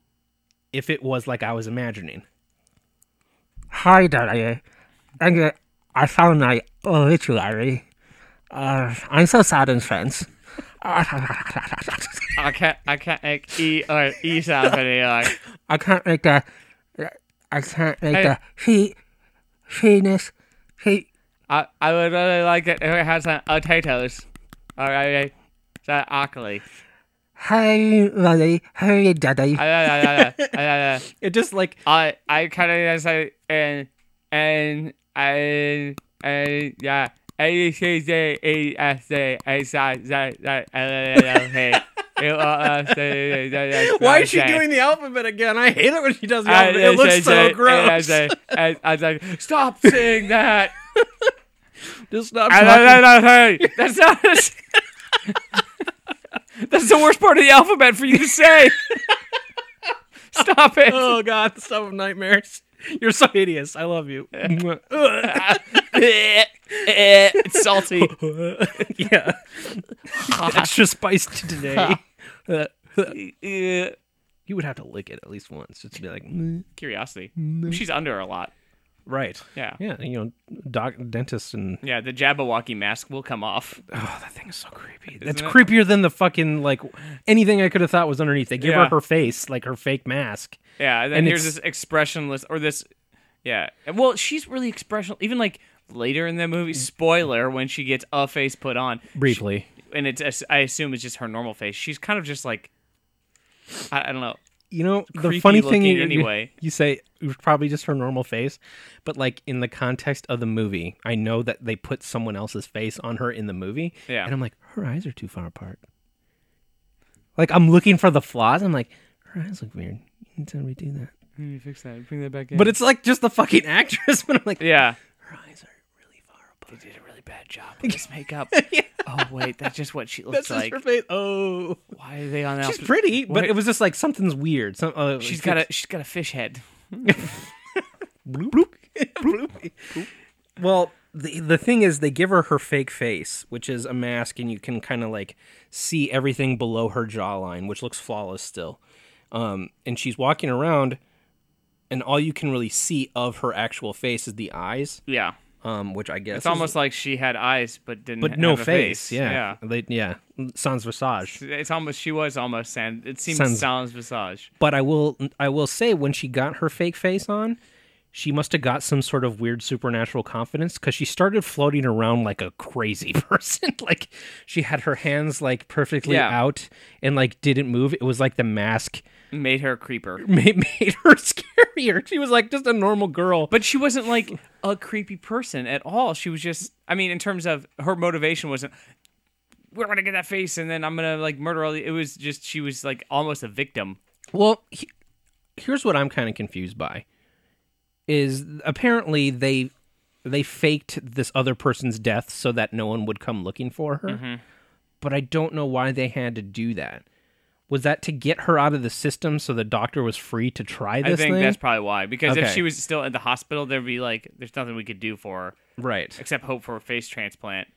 Speaker 3: if it was like i was imagining
Speaker 4: Hi, Daddy. Thank you. I found my obituary. Uh, I'm so sad and friends.
Speaker 2: I can't. I can't make e or e sounds anymore.
Speaker 4: I can't make the. I can't make
Speaker 2: Hey.
Speaker 4: the. She. Sheeness. She.
Speaker 2: I I would really like it if it had some uh, potatoes. All right. That *laughs* ugly.
Speaker 4: Hey, Lily. Hey, Daddy.
Speaker 2: I, I, I, I, I,
Speaker 3: it just like
Speaker 2: I I kind of say and and and and yeah. A C D E S D H I Z Z L L L P. You are a C D S S
Speaker 3: *laughs* why is she
Speaker 2: S.
Speaker 3: doing the alphabet again i hate it when she does the
Speaker 2: I-
Speaker 3: alphabet it looks so
Speaker 2: I-
Speaker 3: gross
Speaker 2: I- I I was like,
Speaker 3: *laughs*
Speaker 2: stop saying that.
Speaker 3: just stop
Speaker 2: I-
Speaker 3: talking.
Speaker 2: I- I- I- I- That's not. That's the worst part of the alphabet for you to say. Stop it. *laughs*
Speaker 3: oh god the stuff of nightmares you're so hideous i love *laughs* you Ugh.
Speaker 2: Eh, it's *laughs* salty.
Speaker 3: yeah. *laughs* Extra spiced today.
Speaker 2: *laughs*
Speaker 3: you would have to lick it at least once just to be like, "Mm."
Speaker 2: Curiosity. She's under a lot.
Speaker 3: right.
Speaker 2: Yeah.
Speaker 3: Yeah. You know, doc, dentist, and
Speaker 2: Yeah, the Jabberwocky mask will come *laughs* off.
Speaker 3: oh, that thing is so creepy. That's
Speaker 2: it?
Speaker 3: creepier than the fucking like anything I could have thought was underneath. They give
Speaker 2: Yeah.
Speaker 3: her her face, like her fake mask.
Speaker 2: Yeah, and then
Speaker 3: And
Speaker 2: here's
Speaker 3: it's-
Speaker 2: this expressionless or this. Yeah, And, well, she's really expressional. Even like later in the movie, spoiler when she gets a face put on,
Speaker 3: Briefly,
Speaker 2: and it's I assume it's just her normal face. She's kind of just like I, I don't know.
Speaker 3: you know, the
Speaker 2: Creepy
Speaker 3: funny thing
Speaker 2: looking
Speaker 3: you,
Speaker 2: anyway.
Speaker 3: you say it was probably just her normal face, but like in the context of the movie, I know that they put someone else's face on her in the movie,
Speaker 2: Yeah.
Speaker 3: and I'm like, her eyes are too far apart. Like I'm looking for the flaws. I'm like, her eyes look weird. You can totally do that.
Speaker 2: fix that. Bring that back in.
Speaker 3: But it's like just the fucking *laughs* actress. But I'm like,
Speaker 2: yeah, *laughs*
Speaker 3: her eyes are really far apart.
Speaker 2: did a really bad job with this makeup. Oh wait, *laughs* that's just *laughs* what she looks
Speaker 3: That's
Speaker 2: like.
Speaker 3: just her face. Oh,
Speaker 2: Why are they on?
Speaker 3: she's pretty, but
Speaker 2: Wait.
Speaker 3: it was just like something's weird. Some, uh,
Speaker 2: She's got a she's got a fish head.
Speaker 3: bloop, bloop,
Speaker 2: *laughs*
Speaker 3: bloop. Well, the the thing is, they give her her fake face, which is a mask, and you can kind of like see everything below her jawline, which looks flawless still. Um, and she's walking around, and all you can really see of her actual face is the eyes.
Speaker 2: Yeah.
Speaker 3: um, which I guess
Speaker 2: It's almost like she had eyes but didn't.
Speaker 3: but
Speaker 2: ha-
Speaker 3: no
Speaker 2: have a
Speaker 3: face.
Speaker 2: face.
Speaker 3: Yeah, They- yeah, sans visage.
Speaker 2: yeah. It's almost she was almost sand. It seems
Speaker 3: Sans-
Speaker 2: sans visage.
Speaker 3: But I will I will say when she got her fake face on, she must have got some sort of weird supernatural confidence because she started floating around like a crazy *laughs* person. like she had her hands like perfectly
Speaker 2: Yeah.
Speaker 3: out and like didn't move. It was like the mask *laughs*
Speaker 2: Made her creeper.
Speaker 3: made, made her *laughs* scarier. She was like just a normal girl.
Speaker 2: But she wasn't like a creepy person at all. She was just, I mean, in terms of her motivation wasn't, we're going to get that face and then I'm going to like murder all the. It was just, she was like almost a victim.
Speaker 3: Well, he, here's what I'm kind of confused by is apparently they they faked this other person's death so that no one would come looking for her.
Speaker 2: Mm-hmm.
Speaker 3: But I don't know why they had to do that. Was that to get her out of the system so the doctor was free to try this
Speaker 2: I think
Speaker 3: thing?
Speaker 2: that's probably why. Because if
Speaker 3: Okay.
Speaker 2: she was still at the hospital, there'd be like, there's nothing we could do for her
Speaker 3: right.
Speaker 2: except hope for a face transplant.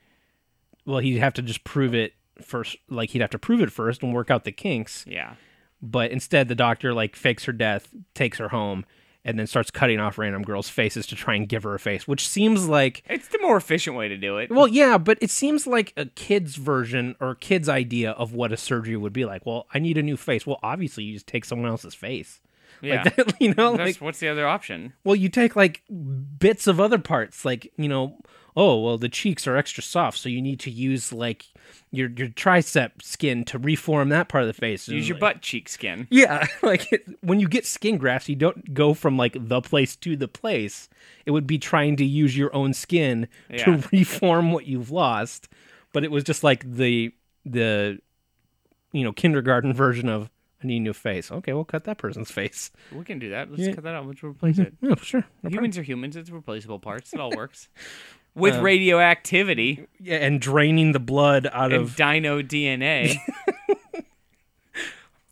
Speaker 3: Well, he'd have to just prove it first like he'd have to prove it first and work out the kinks.
Speaker 2: Yeah.
Speaker 3: But instead the doctor like fakes her death, takes her home, and then starts cutting off random girls' faces to try and give her a face, which seems like
Speaker 2: It's the more efficient way to do it.
Speaker 3: Well, yeah, but it seems like a kid's version or kid's idea of what a surgery would be like. Well, I need a new face. Well, obviously, you just take someone else's face.
Speaker 2: yeah.
Speaker 3: Like that, *laughs* you know,
Speaker 2: That's-
Speaker 3: like
Speaker 2: what's the other option?
Speaker 3: well, you take like bits of other parts, like you know, oh well, the cheeks are extra soft, so you need to use like your your tricep skin to reform that part of the face.
Speaker 2: Use your butt cheek skin.
Speaker 3: Yeah, *laughs* like it, when you get skin grafts, you don't go from like the place to the place. It would be trying to use your own skin
Speaker 2: Yeah.
Speaker 3: to *laughs* reform what you've lost. But it was just like the the you know kindergarten *laughs* version of I need a new face. Okay, we'll cut that person's *laughs* face.
Speaker 2: We can do that. Let's cut that out. Let's replace it.
Speaker 3: Oh, sure. No problem.
Speaker 2: Humans are humans. It's replaceable parts. It
Speaker 3: *laughs*
Speaker 2: all works. With
Speaker 3: Um,
Speaker 2: radioactivity
Speaker 3: Yeah, and draining the blood out
Speaker 2: and
Speaker 3: of
Speaker 2: dino
Speaker 3: *laughs*
Speaker 2: DNA.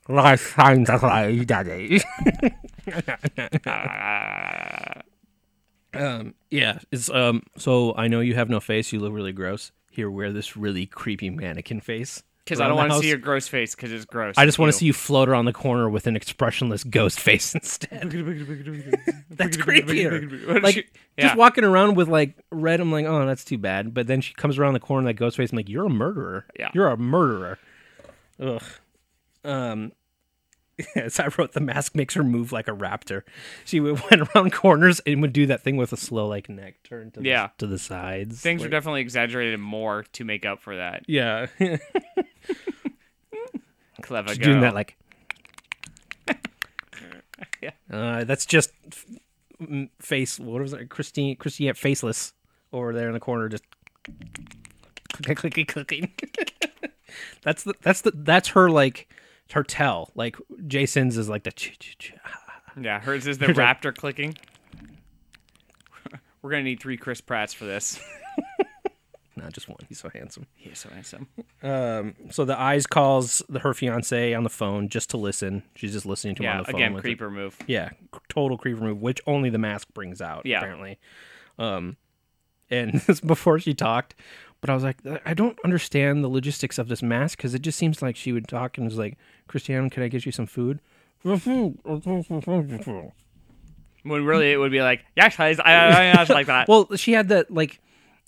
Speaker 4: Life
Speaker 3: Um,
Speaker 4: finds a way, Daddy.
Speaker 3: yeah. It's um. So I know you have no face. You look really gross. Here, wear this really creepy mannequin face.
Speaker 2: Because I
Speaker 3: around
Speaker 2: don't
Speaker 3: the
Speaker 2: want to
Speaker 3: house.
Speaker 2: see your gross face because it's gross.
Speaker 3: I just want to see you float around the corner with an expressionless ghost *laughs* face instead. That's creepier. like
Speaker 2: Yeah.
Speaker 3: just *laughs* walking around with like red. I'm like, oh, that's too bad. But then she comes around the corner, that ghost face. I'm like, you're a murderer.
Speaker 2: Yeah.
Speaker 3: you're a murderer. Ugh. Um. *laughs* As I wrote, the mask makes her move like a raptor. She would- *laughs* went around corners and would do that thing with a slow like neck turn to the,
Speaker 2: Yeah.
Speaker 3: to the sides.
Speaker 2: Things were
Speaker 3: Like-
Speaker 2: definitely exaggerated more to make up for that.
Speaker 3: yeah, *laughs*
Speaker 2: Clever
Speaker 3: She's
Speaker 2: girl.
Speaker 3: doing that like.
Speaker 2: *laughs* Yeah.
Speaker 3: Uh, that's just f- m- face. What was it? Christine, Christine, faceless over there in the corner, just clicking, clicking, clicking. that's the that's the that's her like her tell. Like Jason's is like the ch- ch- ch-
Speaker 2: yeah, hers is the raptor clicking. *laughs* We're gonna need three Chris Pratts for
Speaker 3: *laughs*
Speaker 2: this.
Speaker 3: not just one. He's so handsome.
Speaker 2: He's so handsome.
Speaker 3: So the eyes calls the, her fiance on the phone just to listen. She's just listening to him
Speaker 2: Yeah,
Speaker 3: on the phone.
Speaker 2: again,
Speaker 3: with it.
Speaker 2: creeper move.
Speaker 3: Yeah, c- total creeper move, which only the mask brings out.
Speaker 2: Yeah.
Speaker 3: apparently. Um, and *laughs* this before she talked, but I was like, I don't understand the logistics of this mask because it just seems like she would talk and was like, Christiane, can I get you some food? *laughs* well,
Speaker 2: When really it would be like, yeah, guys, I, I, I, I like that.
Speaker 3: she had that like,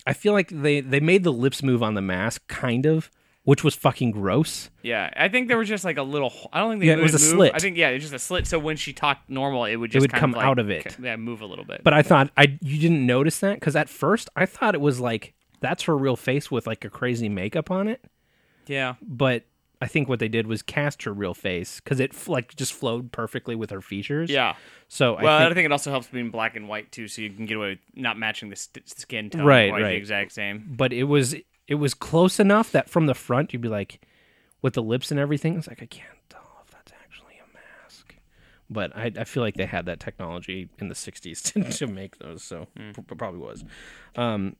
Speaker 3: I feel like they they made the lips move on the mask kind of, which was fucking gross.
Speaker 2: yeah, I think there was just like a little. I don't think they
Speaker 3: Yeah, it was
Speaker 2: moved-
Speaker 3: a
Speaker 2: moved.
Speaker 3: slit.
Speaker 2: I think yeah, it was just a slit. So when she talked normal, it would just
Speaker 3: would
Speaker 2: kind
Speaker 3: come
Speaker 2: of like,
Speaker 3: out of it.
Speaker 2: Yeah, move a little bit.
Speaker 3: But I thought I you didn't notice that because at first I thought it was like that's her real face with like a crazy makeup on it.
Speaker 2: yeah,
Speaker 3: but I think what they did was cast her real face because it f- like just flowed perfectly with her features.
Speaker 2: yeah.
Speaker 3: So
Speaker 2: Well, I
Speaker 3: I
Speaker 2: think,
Speaker 3: think,
Speaker 2: it also helps being black and white too, so you can get away with not matching the st- skin tone
Speaker 3: Right,
Speaker 2: quite
Speaker 3: right.
Speaker 2: the exact same.
Speaker 3: but it was it was close enough that from the front you'd be like, with the lips and everything, it's like I can't tell if that's actually a mask. But I, I feel like they had that technology in the '60s *laughs* to, to make those, so p- p- probably was. Um,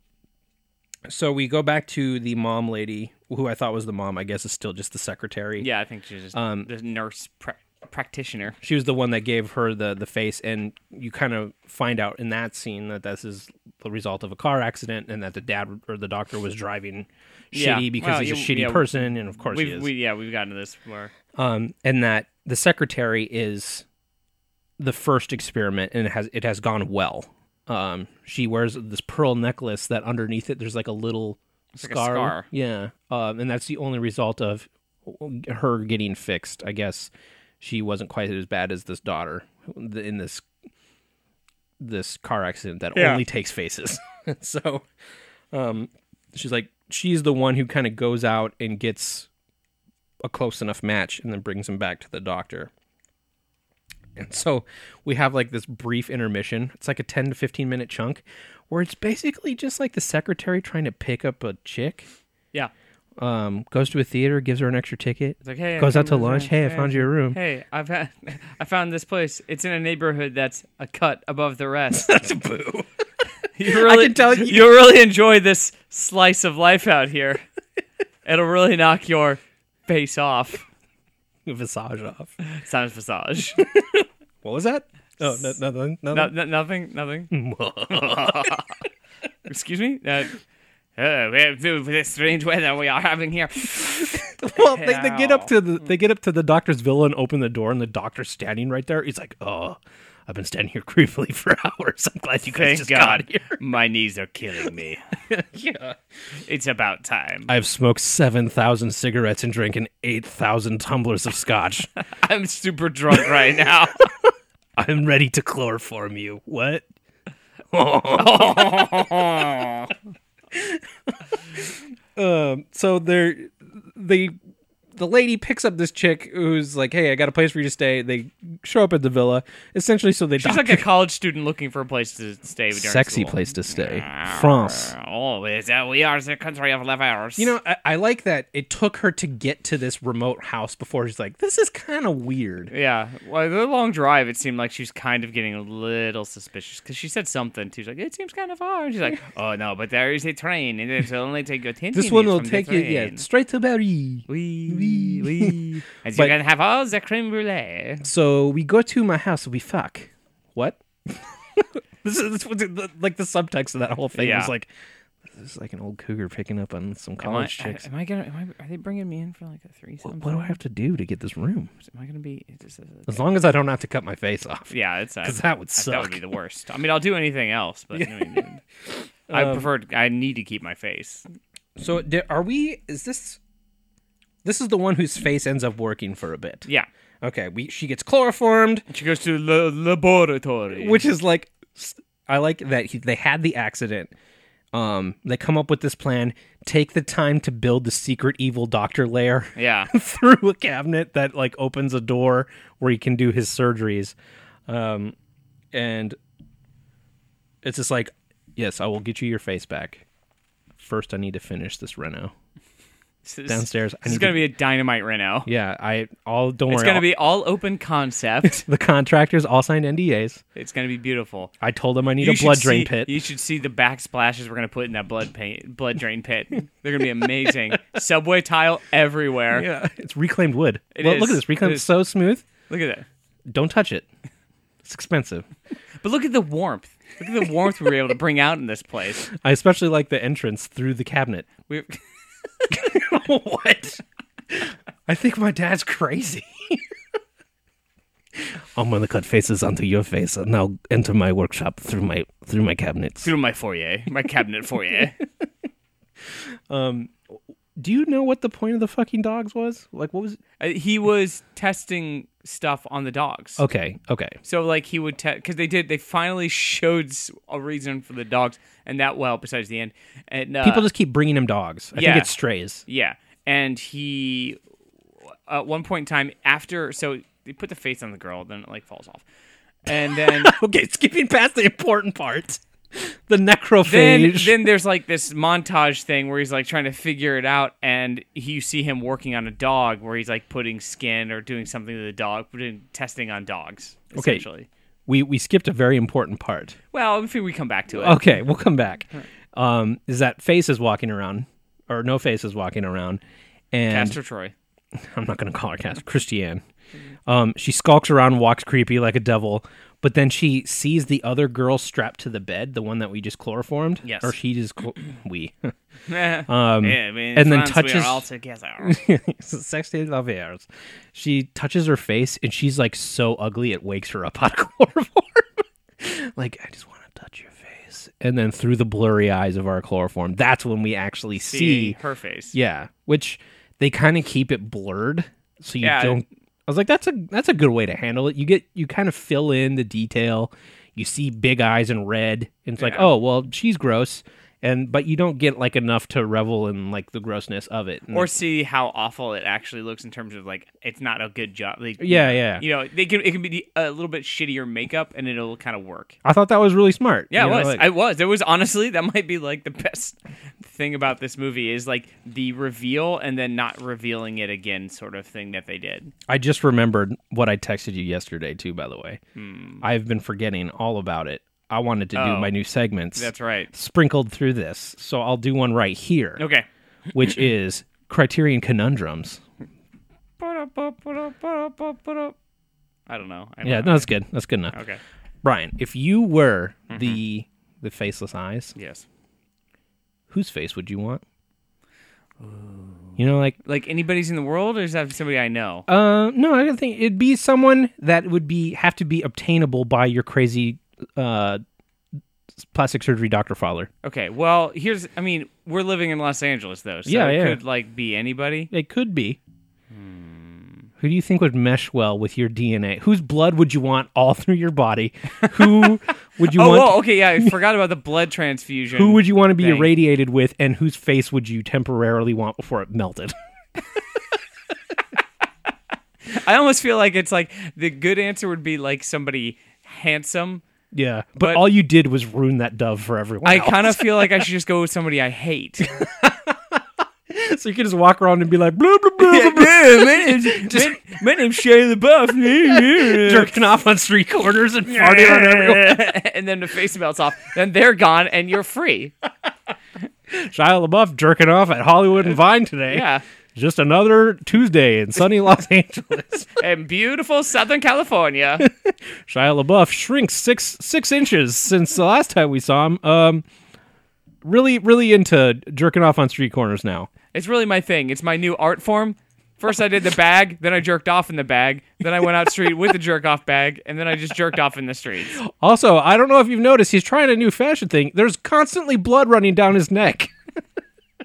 Speaker 3: so we go back to the mom lady, who I thought was the mom. I guess is still just the secretary.
Speaker 2: Yeah, I think she's just
Speaker 3: um,
Speaker 2: the nurse pra- practitioner.
Speaker 3: she was the one that gave her the the face and you kind of find out in that scene that this is the result of a car accident and that the dad or the doctor was driving
Speaker 2: Yeah.
Speaker 3: shitty because
Speaker 2: Well,
Speaker 3: he's a
Speaker 2: you-
Speaker 3: shitty
Speaker 2: yeah,
Speaker 3: person and of course he
Speaker 2: We,
Speaker 3: is
Speaker 2: we yeah, we've gotten to this where
Speaker 3: um and that the secretary is the first experiment and it has it has gone well Um, she wears this pearl necklace that underneath it there's like a little
Speaker 2: like a
Speaker 3: scar.
Speaker 2: scar.
Speaker 3: Yeah, um, and that's the only result of her getting fixed. I guess she wasn't quite as bad as this daughter in this this car accident that
Speaker 2: Yeah.
Speaker 3: only takes faces. *laughs* so, um, she's like she's the one who kind of goes out and gets a close enough match and then brings him back to the doctor. And so we have like this brief intermission. It's like a 10 to 15 minute chunk where it's basically just like the secretary trying to pick up a chick.
Speaker 2: Yeah.
Speaker 3: Um, goes to a theater, gives her an extra ticket,
Speaker 2: It's like, hey, I
Speaker 3: goes
Speaker 2: found
Speaker 3: out to
Speaker 2: this
Speaker 3: lunch.
Speaker 2: place.
Speaker 3: Hey, I found you a room.
Speaker 2: Hey, I've had, *laughs* I found this place. It's in a neighborhood that's a cut above the *laughs* rest.
Speaker 3: Boo.
Speaker 2: You really,
Speaker 3: can tell you-
Speaker 2: will really enjoy this slice of life out
Speaker 3: *laughs*
Speaker 2: here. It'll really knock your face off.
Speaker 3: Visage off.
Speaker 2: Sounds visage.
Speaker 3: What was that? Oh, no, nothing.
Speaker 2: No,
Speaker 3: nothing.
Speaker 2: no, nothing. *laughs* Nothing. Excuse me. Uh, uh, we- we- this strange weather we are having here.
Speaker 3: well, they, they get up to the
Speaker 2: Hmm.
Speaker 3: they get up to the doctor's villa and open the door, and the doctor's standing right there. He's like, "Oh, I've been standing here *laughs* creepily for hours. I'm glad you guys
Speaker 2: Thank
Speaker 3: just
Speaker 2: God,
Speaker 3: got here."
Speaker 2: *laughs* my knees are killing me.
Speaker 3: Yeah.
Speaker 2: It's about time.
Speaker 3: *laughs* I've smoked 7,000 cigarettes and drinking 8,000 tumblers
Speaker 2: *laughs*
Speaker 3: of scotch.
Speaker 2: I'm super drunk right now.
Speaker 3: I'm ready to chloroform you.
Speaker 2: *laughs*
Speaker 3: What? um, so they're, they, the lady picks up this chick who's like, hey, I got a place for you to stay. They show up at the villa, essentially, so they
Speaker 2: She's like a college student looking for a place to stay. During
Speaker 3: sexy
Speaker 2: school.
Speaker 3: place to stay. France.
Speaker 2: Oh, is that we are the country of love hours.
Speaker 3: You know, I, I like that it took her to get to this remote house before she's like, this is kind of weird.
Speaker 2: Yeah. Well, the long drive, it seemed like she was kind of getting a little suspicious because she said something too. She's like, "It seems kind of far." And she's
Speaker 3: *laughs*
Speaker 2: like, "Oh no, but there is a train, and it'll only take you ten minutes
Speaker 3: This one will
Speaker 2: from the
Speaker 3: take you, yeah,
Speaker 2: train."
Speaker 3: straight to Paris.
Speaker 2: Wee, wee, wee. And
Speaker 3: But-
Speaker 2: you can have all the creme brulee.
Speaker 3: So we go to my house. We fuck. What? *laughs* this is this was the, like the subtext of that whole thing.
Speaker 2: Yeah.
Speaker 3: was like this is like an old cougar picking up on some
Speaker 2: Am I,
Speaker 3: college chicks.
Speaker 2: am I gonna? Am I, are they bringing me in for like a three?
Speaker 3: what, what do I have to do to get this room?
Speaker 2: Am I gonna be? Is this a-
Speaker 3: As long as I don't have to cut my face off, *laughs*
Speaker 2: Yeah, it's
Speaker 3: because that would
Speaker 2: that would
Speaker 3: suck.
Speaker 2: be the worst. I mean, I'll do anything else, but I, mean, *laughs* I prefer. I need to keep my face.
Speaker 3: so di- are we? Is this? This is the one whose face ends up working for a bit.
Speaker 2: Yeah,
Speaker 3: Okay, we she gets chloroformed,
Speaker 2: she goes to the laboratory.
Speaker 3: which is like s- I like that he, they had the accident. Um, they come up with this plan. Take the time to build the secret evil doctor lair.
Speaker 2: *laughs*
Speaker 3: *laughs*
Speaker 2: yeah,
Speaker 3: through a cabinet that like opens a door where he can do his surgeries. Um, and it's just like, yes, I will get you your face back. First, I need to finish this reno
Speaker 2: This is-
Speaker 3: downstairs. I
Speaker 2: This
Speaker 3: need
Speaker 2: is gonna be a dynamite Renault.
Speaker 3: be yeah. I all don't
Speaker 2: It's
Speaker 3: worry.
Speaker 2: gonna
Speaker 3: I'll-
Speaker 2: be all open concept. *laughs*
Speaker 3: the contractors all signed NDAs.
Speaker 2: it's gonna be beautiful.
Speaker 3: I told them I need a
Speaker 2: should
Speaker 3: blood drain
Speaker 2: see-
Speaker 3: pit.
Speaker 2: You should see the backsplashes we're gonna put in that blood paint, blood drain pit. They're gonna be
Speaker 3: *laughs*
Speaker 2: amazing. Subway tile everywhere. *laughs*
Speaker 3: yeah, it's reclaimed wood.
Speaker 2: It
Speaker 3: well, look
Speaker 2: is.
Speaker 3: at this reclaimed
Speaker 2: It is.
Speaker 3: so smooth.
Speaker 2: Look at that.
Speaker 3: Don't touch it. It's expensive.
Speaker 2: But look at the warmth. Look at the warmth we were able to bring out in this place.
Speaker 3: I especially like the entrance through the cabinet. *laughs*
Speaker 2: We *laughs*
Speaker 3: what? I think my dad's crazy. *laughs* I'm gonna cut faces onto your face and now enter my workshop through my through my cabinets.
Speaker 2: through my foyer, my cabinet foyer.
Speaker 3: Do you know what the point of the fucking dogs was? Like, what was?
Speaker 2: Uh, he was testing stuff on the dogs.
Speaker 3: Okay, okay.
Speaker 2: So like he would test because they did. They finally showed s- a reason for the dogs, and that well besides the end. And uh,
Speaker 3: People just keep bringing him dogs. I
Speaker 2: yeah.
Speaker 3: think it's strays. *laughs*
Speaker 2: yeah, and he at one point in time after so they put the face on the girl, then it like falls off, and
Speaker 3: *laughs*
Speaker 2: then.
Speaker 3: Okay, skipping past the important part, *laughs* the
Speaker 2: Then,
Speaker 3: necrophage.
Speaker 2: then there's like this montage thing where he's like trying to figure it out, and he, you see him working on a dog where he's like putting skin or doing something to the dog, putting testing on dogs.
Speaker 3: Okay.
Speaker 2: Essentially.
Speaker 3: we we skipped a very important part.
Speaker 2: Well, if we come back to it,
Speaker 3: Okay, we'll come back. Um, is that face is walking around, or no face is walking around, and
Speaker 2: Pastor *laughs*
Speaker 3: *laughs*
Speaker 2: Troy.
Speaker 3: I'm not going to call her Cass, Christiane. Um, she skulks around, walks creepy like a devil, but then she sees the other girl strapped to the bed, the one that we just chloroformed.
Speaker 2: Yes.
Speaker 3: Or she just, chl- *clears throat* we. *laughs*
Speaker 2: um,
Speaker 3: and then touches-
Speaker 2: all
Speaker 3: *laughs*
Speaker 2: together.
Speaker 3: Sexte Lavers. She touches her face and *laughs* she's like so ugly it wakes her up out of chloroform. like, I just want to touch your face. eyes and then through the blurry eyes of our chloroform that's when we actually see,
Speaker 2: see her face.
Speaker 3: yeah which they kind of keep it blurred so you
Speaker 2: Yeah.
Speaker 3: don't i was like that's a that's a good way to handle it you get you kind of fill in the detail you see big eyes in red and it's like
Speaker 2: Yeah.
Speaker 3: oh well she's gross and but you don't get like enough to revel in like the grossness of it And
Speaker 2: Or
Speaker 3: it's-
Speaker 2: see how awful it actually looks in terms of like it's not a good job. Like,
Speaker 3: yeah yeah
Speaker 2: you know, they can it can be a little bit shittier makeup and it'll kind of work.
Speaker 3: i thought that was really smart
Speaker 2: Yeah,
Speaker 3: you
Speaker 2: it
Speaker 3: know,
Speaker 2: was.
Speaker 3: like-
Speaker 2: I was. It was honestly that might be like the *laughs* best thing about this movie is like the reveal and then not revealing it again sort of thing that they did.
Speaker 3: I just remembered what I texted you yesterday too. By the way, I've been forgetting all about it. I wanted to do
Speaker 2: Hmm. Oh.
Speaker 3: my new segments
Speaker 2: That's right.
Speaker 3: sprinkled through this, so I'll do one right here,
Speaker 2: Okay.
Speaker 3: which is Criterion conundrums.
Speaker 2: I don't know. I don't
Speaker 3: Yeah,
Speaker 2: know.
Speaker 3: no, that's good. That's good enough.
Speaker 2: Okay. Mm-hmm.
Speaker 3: Brian, if you were the the faceless eyes,
Speaker 2: Yes.
Speaker 3: whose face would you want? You know, like
Speaker 2: Like anybody's in the world, or is that somebody I know?
Speaker 3: Uh, no, I don't think it'd be someone that would be have to be obtainable by your crazy uh plastic surgery doctor father.
Speaker 2: Okay. Well, here's. I mean, we're living in Los Angeles, though. So
Speaker 3: Yeah,
Speaker 2: it
Speaker 3: yeah.
Speaker 2: Could like be anybody.
Speaker 3: It could be.
Speaker 2: Hmm.
Speaker 3: Who do you think would mesh well with your DNA? Whose blood would you want all *laughs* through your body? Who would you
Speaker 2: oh,
Speaker 3: want?
Speaker 2: whoa, okay. Yeah, I forgot about the blood transfusion.
Speaker 3: Who would you want to be
Speaker 2: Dang.
Speaker 3: irradiated with, and whose face would you temporarily want before it melted?
Speaker 2: I almost feel like it's like the good answer would be like somebody handsome.
Speaker 3: *laughs* yeah, but,
Speaker 2: But-
Speaker 3: all you did was ruin that dove for everyone.
Speaker 2: I
Speaker 3: else.
Speaker 2: kind of feel like I should just go with somebody I hate. *laughs*
Speaker 3: *laughs* so you could just walk around and be like, blah blah blah, blah, blah *laughs*
Speaker 2: my name's, my, my name's Shia LaBeouf.
Speaker 3: jerking off on street corners and farting on everyone.
Speaker 2: and then the face melts off. Then they're gone, and you're
Speaker 3: *laughs*
Speaker 2: free.
Speaker 3: Shia LaBeouf jerking off at Hollywood and Vine today.
Speaker 2: Yeah.
Speaker 3: Just another Tuesday in sunny Los *laughs* Angeles.
Speaker 2: In beautiful Southern California.
Speaker 3: Shia LaBeouf shrinks six six inches since the last time we saw him. Um, really, really into jerking off on street corners now.
Speaker 2: It's really my thing. It's my new art form. First, I did the bag, then I jerked off in the bag, then I went out street with the jerk off bag, and then I just jerked off in the streets.
Speaker 3: Also, I don't know if you've noticed, he's trying a new fashion thing. There's constantly blood running down his neck. *laughs*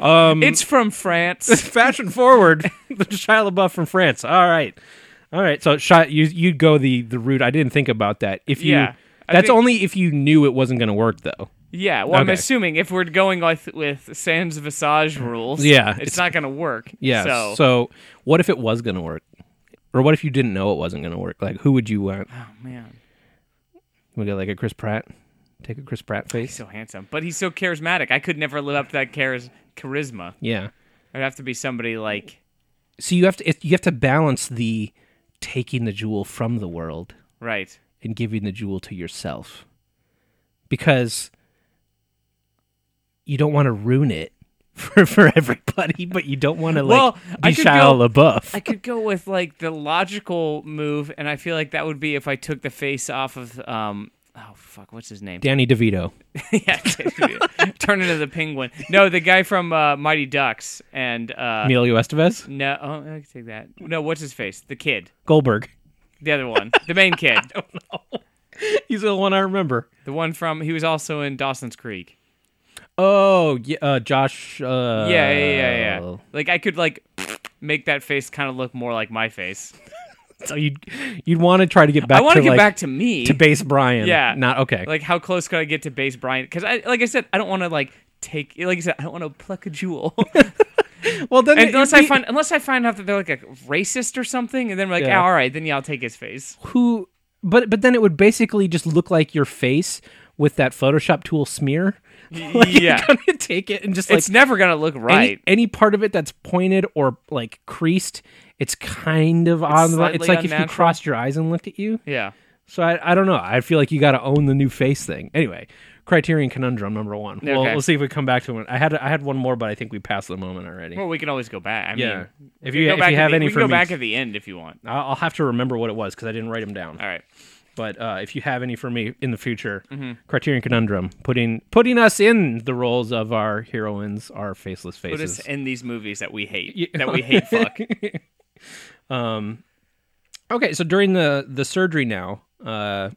Speaker 3: Um,
Speaker 2: It's from
Speaker 3: *laughs*
Speaker 2: France.
Speaker 3: fashion forward, *laughs* the Shia LaBeouf from France. All right, all right. So Shia, you you'd go the the route. I didn't think about that. If you,
Speaker 2: Yeah, I
Speaker 3: that's
Speaker 2: think-
Speaker 3: only if you knew it wasn't going to work though.
Speaker 2: Yeah, well, I'm
Speaker 3: Okay.
Speaker 2: assuming if we're going with, with sans visage rules,
Speaker 3: Yeah,
Speaker 2: it's,
Speaker 3: it's-
Speaker 2: not going to work.
Speaker 3: Yeah.
Speaker 2: So,
Speaker 3: So, what if it was going to work, or what if you didn't know it wasn't going to work? Like, who would you want?
Speaker 2: oh, man,
Speaker 3: Would you like a Chris Pratt? Take a Chris Pratt
Speaker 2: he's
Speaker 3: face.
Speaker 2: so handsome, but he's so charismatic. I could never live up to that charis- charisma.
Speaker 3: Yeah.
Speaker 2: I'd have to be somebody like
Speaker 3: So you have to it, you have to balance the taking the jewel from the world
Speaker 2: right.
Speaker 3: and giving the jewel to yourself, because you don't want to ruin it for *laughs* for everybody, but you don't want to like
Speaker 2: Well, I
Speaker 3: be
Speaker 2: could
Speaker 3: Shia
Speaker 2: go-
Speaker 3: LaBeouf.
Speaker 2: I could go with like the logical move, and I feel like that would be if I took the face off of um. Oh fuck! What's his name?
Speaker 3: Danny DeVito.
Speaker 2: *laughs* yeah, turn into the penguin. No, the guy from uh, Mighty Ducks and uh,
Speaker 3: Emilio Estevez,
Speaker 2: no, oh, I can take that. No, what's his face? The kid,
Speaker 3: Goldberg. *laughs*
Speaker 2: the other one, the main kid,
Speaker 3: He's the one I remember.
Speaker 2: the one from he was also in Dawson's Creek.
Speaker 3: Oh, yeah, uh, Josh. Uh,
Speaker 2: Yeah, yeah, yeah, yeah. Like I could like make that face kind of look more like my face.
Speaker 3: So you'd you'd want to try to get back.
Speaker 2: I want
Speaker 3: to
Speaker 2: to get
Speaker 3: like,
Speaker 2: back to me.
Speaker 3: to base Brian.
Speaker 2: Yeah.
Speaker 3: not okay.
Speaker 2: like how close could I get to base Brian? Because I, like I said, I don't want to like take. Like I said, I don't want to pluck a
Speaker 3: *laughs*
Speaker 2: jewel
Speaker 3: well, then it'd
Speaker 2: unless I
Speaker 3: be-
Speaker 2: find unless I find out that they're like a racist or something, and then we're like,
Speaker 3: Yeah.
Speaker 2: "Ah, all right, then yeah, I'll take his face.
Speaker 3: who, but but then it would basically just look like your face with that Photoshop tool smear. *laughs* Like,
Speaker 2: yeah.
Speaker 3: you're gonna take it and just like
Speaker 2: it's never gonna look
Speaker 3: any,
Speaker 2: right.
Speaker 3: any part of it that's pointed or like creased. It's kind of on. The, it's
Speaker 2: slightly
Speaker 3: like if you
Speaker 2: unnatural.
Speaker 3: crossed your eyes and looked at you.
Speaker 2: yeah,
Speaker 3: So I, I don't know. I feel like you got to own the new face thing. Anyway, Criterion conundrum number one. Well,
Speaker 2: Okay.
Speaker 3: we'll see if we come back to it. I had I had one more, but I think we passed the moment already.
Speaker 2: well, we can always go back. I
Speaker 3: yeah.
Speaker 2: mean,
Speaker 3: if
Speaker 2: we can
Speaker 3: you
Speaker 2: go
Speaker 3: if
Speaker 2: back
Speaker 3: you
Speaker 2: at
Speaker 3: have
Speaker 2: the,
Speaker 3: any
Speaker 2: we can go
Speaker 3: for me,
Speaker 2: back at the end if you want.
Speaker 3: I'll I'll have to remember what it was because I didn't write them down.
Speaker 2: All right,
Speaker 3: But uh, if you have any for me in the future,
Speaker 2: Mm-hmm.
Speaker 3: Criterion conundrum putting putting us in the roles of our heroines, our faceless
Speaker 2: put
Speaker 3: faces.
Speaker 2: us in these movies that we hate, that we
Speaker 3: *laughs*
Speaker 2: hate. Fuck.
Speaker 3: Okay, so during the the surgery now, uh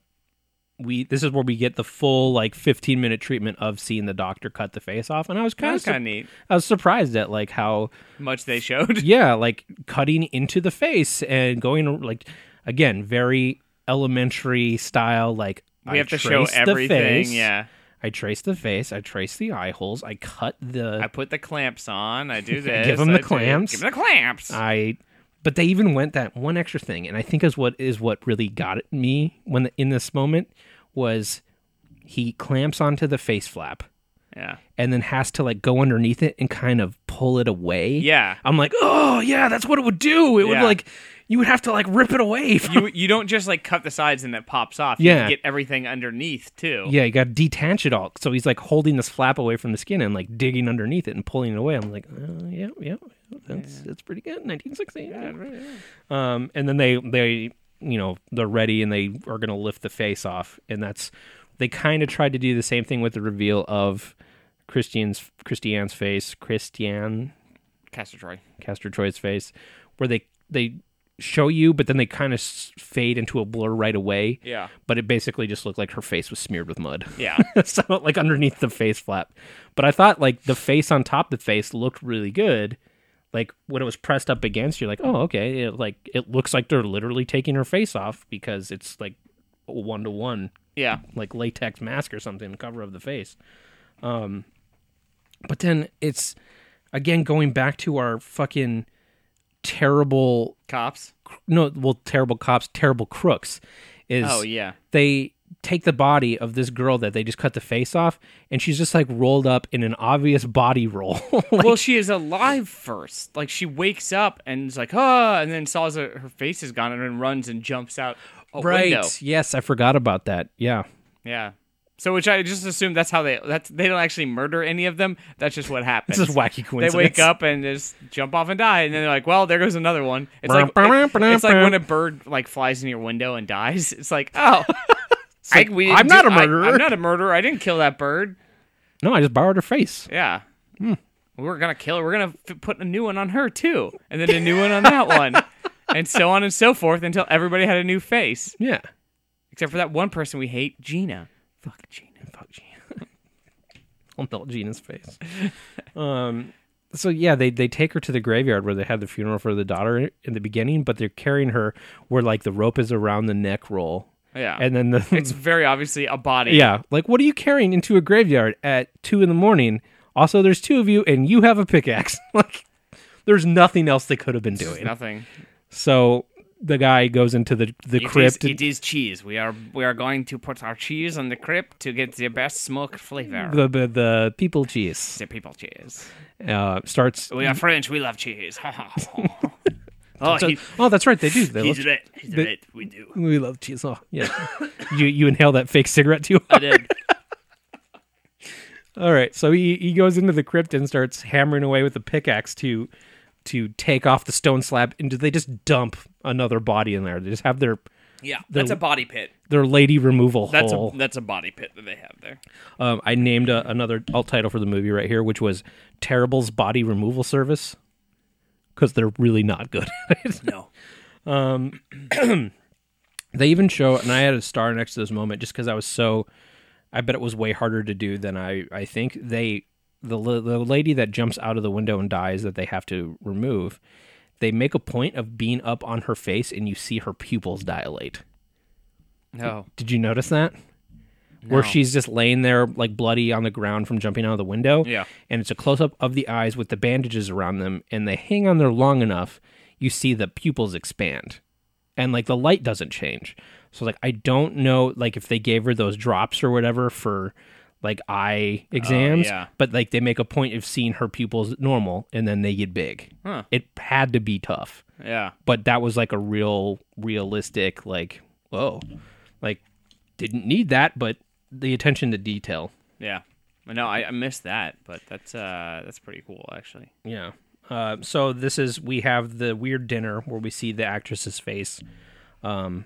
Speaker 3: we this is where we get the full like 15 minute treatment of seeing the doctor cut the face off and i was
Speaker 2: That
Speaker 3: kind
Speaker 2: was
Speaker 3: of
Speaker 2: kind of neat.
Speaker 3: i was surprised at like how
Speaker 2: Much they showed. *laughs*
Speaker 3: yeah like cutting into the face and going like again very elementary style like
Speaker 2: We
Speaker 3: I
Speaker 2: have to show
Speaker 3: traced the
Speaker 2: everything.
Speaker 3: face,
Speaker 2: Yeah.
Speaker 3: i trace the face i trace the eye holes i cut the
Speaker 2: I put the clamps on. I
Speaker 3: *laughs*
Speaker 2: do this.
Speaker 3: Give 'em the
Speaker 2: I do-
Speaker 3: clamps. Uh,
Speaker 2: Give 'em the clamps.
Speaker 3: I but they even went that one extra thing and I think is what is what really got at me when the, in this moment was he clamps onto the face flap
Speaker 2: yeah.
Speaker 3: and then has to like go underneath it and kind of pull it away.
Speaker 2: Yeah.
Speaker 3: I'm like, "Oh, yeah, that's what it would do. It
Speaker 2: Yeah.
Speaker 3: would like you would have to like rip it away." From-
Speaker 2: You you don't just like cut the sides and it pops off. You
Speaker 3: Yeah.
Speaker 2: have to get everything underneath too.
Speaker 3: yeah, you got to detach it all. So he's like holding this flap away from the skin and like digging underneath it and pulling it away. I'm like, uh, yeah, yeah, that's that's pretty good. 1916. yeah. Um, and then they they you know they're ready and they are going to lift the face off, and that's they kind of tried to do the same thing with the reveal of Christian's Christiane's face, Christian
Speaker 2: Castor Troy.
Speaker 3: Castor Troy's face, where they they show you, but then they kind of s- fade into a blur right away.
Speaker 2: Yeah.
Speaker 3: But it basically just looked like her face was smeared with mud.
Speaker 2: Yeah.
Speaker 3: *laughs* so like underneath the face flap. But I thought like the face on top of the face looked really good. Like when it was pressed up against, you're like, oh okay, it, like it looks like they're literally taking her face off because it's like one to one
Speaker 2: Yeah.
Speaker 3: like latex mask or something cover of the face um but then it's again going back to our fucking terrible
Speaker 2: Cops.
Speaker 3: no well terrible cops terrible crooks is
Speaker 2: Oh yeah.
Speaker 3: they take the body of this girl that they just cut the face off and she's just like rolled up in an obvious body roll *laughs* Oh, like,
Speaker 2: well, she is alive first. Like she wakes up and is like, ah, and then saws that her face is gone and then runs and jumps out a window.
Speaker 3: yes i forgot about that yeah
Speaker 2: Yeah. So which I just assume that's how they that's they don't actually murder any of them. That's just what happens.
Speaker 3: this is wacky
Speaker 2: They
Speaker 3: coincidence
Speaker 2: wake up and just jump off and die, and then they're like, "Well, there goes another one." It's like
Speaker 3: Brum, brum,
Speaker 2: it's like
Speaker 3: brum.
Speaker 2: when a bird like flies in your window and dies. It's like,
Speaker 3: *laughs*
Speaker 2: oh, I, we didn't
Speaker 3: I'm
Speaker 2: do-
Speaker 3: not a
Speaker 2: I-
Speaker 3: murderer.
Speaker 2: I'm not a murderer. I didn't kill that bird.
Speaker 3: no i just borrowed her face
Speaker 2: Yeah,
Speaker 3: Hmm.
Speaker 2: we were gonna kill her. We're gonna f- put a new one on her too, and then a new one on
Speaker 3: *laughs*
Speaker 2: that one, and so on and so forth until everybody had a new face,
Speaker 3: yeah
Speaker 2: except for that one person we hate, Gina. Fuck Gina.
Speaker 3: Fuck Gina. *laughs* I'll melt Gina's face. Um. So yeah, they they take her to the graveyard where they had the funeral for the daughter in the beginning, but they're carrying her where like the rope is around the neck roll,
Speaker 2: Yeah,
Speaker 3: and then the
Speaker 2: it's very obviously a body.
Speaker 3: yeah, like what are you carrying into a graveyard at two in the morning? Also, there's two of you, and you have a pickaxe. *laughs* like, there's nothing else they could have been doing.
Speaker 2: nothing.
Speaker 3: So the guy goes into the the
Speaker 2: It is,
Speaker 3: crypt.
Speaker 2: it is cheese. We are we are going to put our cheese on the crypt to get the best smoked flavor.
Speaker 3: the, the the people cheese
Speaker 2: the people cheese.
Speaker 3: uh, starts.
Speaker 2: We are French. We love cheese.
Speaker 3: *laughs*
Speaker 2: oh,
Speaker 3: So-
Speaker 2: he,
Speaker 3: oh, that's right, they do. They love
Speaker 2: he's red. He's
Speaker 3: the-
Speaker 2: red. We do.
Speaker 3: *laughs* We love cheese. Oh, yeah. you you inhale that fake cigarette too. *laughs*
Speaker 2: I did.
Speaker 3: All right. So he, he goes into the crypt and starts hammering away with the pickaxe to to take off the stone slab and do they just dump another body in there. They just have their
Speaker 2: Yeah, that's a body pit.
Speaker 3: their lady removal
Speaker 2: That's a
Speaker 3: hole.
Speaker 2: that's a body pit that they have there.
Speaker 3: um, I named a, another alt title for the movie right here, which was Terrible's Body Removal Service, because they're really not good. *laughs* Um,
Speaker 2: No.
Speaker 3: *clears throat* They even show, and I had a star next to this moment just because I was so. I bet it was way harder to do than I. I think they the l- the lady that jumps out of the window and dies that they have to remove. They make a point of being up on her face, and you see her pupils dilate.
Speaker 2: No.
Speaker 3: Did you notice that? Where she's just laying there, like bloody on the ground from jumping out of the window.
Speaker 2: Yeah.
Speaker 3: And it's a close up of the eyes with the bandages around them, and they hang on there long enough, you see the pupils expand. And like the light doesn't change. So, like, I don't know, like, if they gave her those drops or whatever for like eye exams,
Speaker 2: Oh, yeah.
Speaker 3: but like they make a point of seeing her pupils normal and then they get big.
Speaker 2: Huh.
Speaker 3: It had to be tough
Speaker 2: Yeah.
Speaker 3: but that was like a real realistic like whoa like didn't need that but the attention to detail
Speaker 2: Yeah. No, I, I missed that, but that's uh that's pretty cool actually.
Speaker 3: yeah uh, so this is we have the weird dinner where we see the actress's face um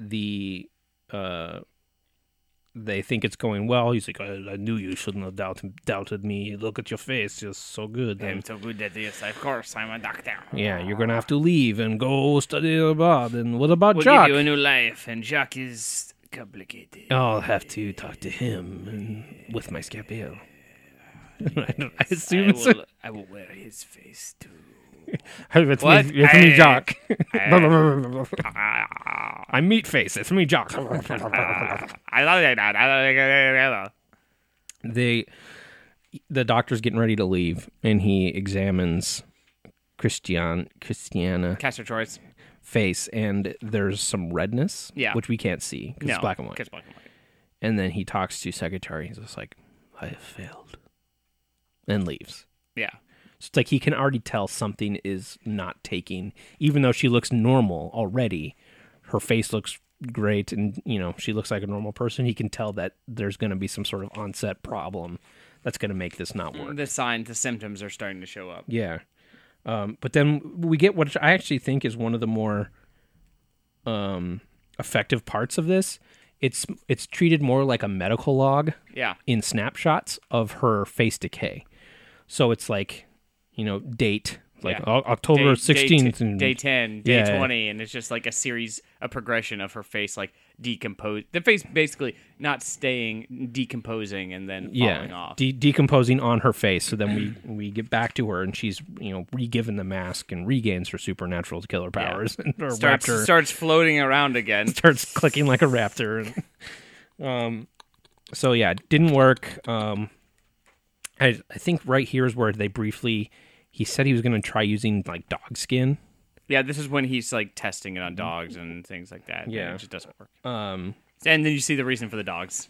Speaker 3: the uh they think it's going well he's like i, I knew you shouldn't have doubted, doubted me look at your face you're so good and-
Speaker 2: so good at this. Of course, I'm a doctor.
Speaker 3: yeah you're gonna have to leave and go study abroad and what about
Speaker 2: We'll
Speaker 3: Jock?
Speaker 2: give you a new life, and Jacques is *laughs* complicated.
Speaker 3: I'll have to talk to him and, with my scapio. *laughs* I, don't- I
Speaker 2: I
Speaker 3: assume so.
Speaker 2: will, I will wear his face too.
Speaker 3: It's
Speaker 2: What?
Speaker 3: me, it's me
Speaker 2: I-
Speaker 3: Jock. *laughs* I'm meat face. It's me, Jock.
Speaker 2: I love it. I love it.
Speaker 3: *laughs* they the doctor's getting ready to leave and he examines Christian Christiana
Speaker 2: Cast your choice.
Speaker 3: face and there's some redness
Speaker 2: Yeah.
Speaker 3: which we can't see because
Speaker 2: No,
Speaker 3: it's black and white
Speaker 2: 'cause black and white.
Speaker 3: and then he talks to secretary he's just like I have failed and leaves
Speaker 2: Yeah.
Speaker 3: so it's like he can already tell something is not taking even though she looks normal already her face looks great and you know she looks like a normal person he can tell that there's going to be some sort of onset problem that's going to make this not work
Speaker 2: The signs, the symptoms are starting to show up.
Speaker 3: Yeah. Um, but then we get what I actually think is one of the more um, effective parts of this. It's it's treated more like a medical log
Speaker 2: Yeah.
Speaker 3: in snapshots of her face decay. So it's like, you know, date like
Speaker 2: Yeah.
Speaker 3: O- October sixteenth
Speaker 2: day,
Speaker 3: and
Speaker 2: day 10 day
Speaker 3: Yeah.
Speaker 2: 20 and it's just like a series a progression of her face like decompose the face basically not staying decomposing and then falling
Speaker 3: yeah,
Speaker 2: off
Speaker 3: de- decomposing on her face. So then
Speaker 2: *clears throat*
Speaker 3: we we get back to her and she's you know re-given the mask and regains her supernatural killer powers *laughs* and her
Speaker 2: starts
Speaker 3: raptor
Speaker 2: starts floating around again
Speaker 3: starts clicking like a raptor. And, um, so yeah, it didn't work. Um, I I think right here is where they briefly. He said he was going to try using like dog skin.
Speaker 2: yeah this is when he's like testing it on dogs and things like that and
Speaker 3: Yeah.
Speaker 2: it just doesn't work
Speaker 3: Um,
Speaker 2: and then you see the reason for the dogs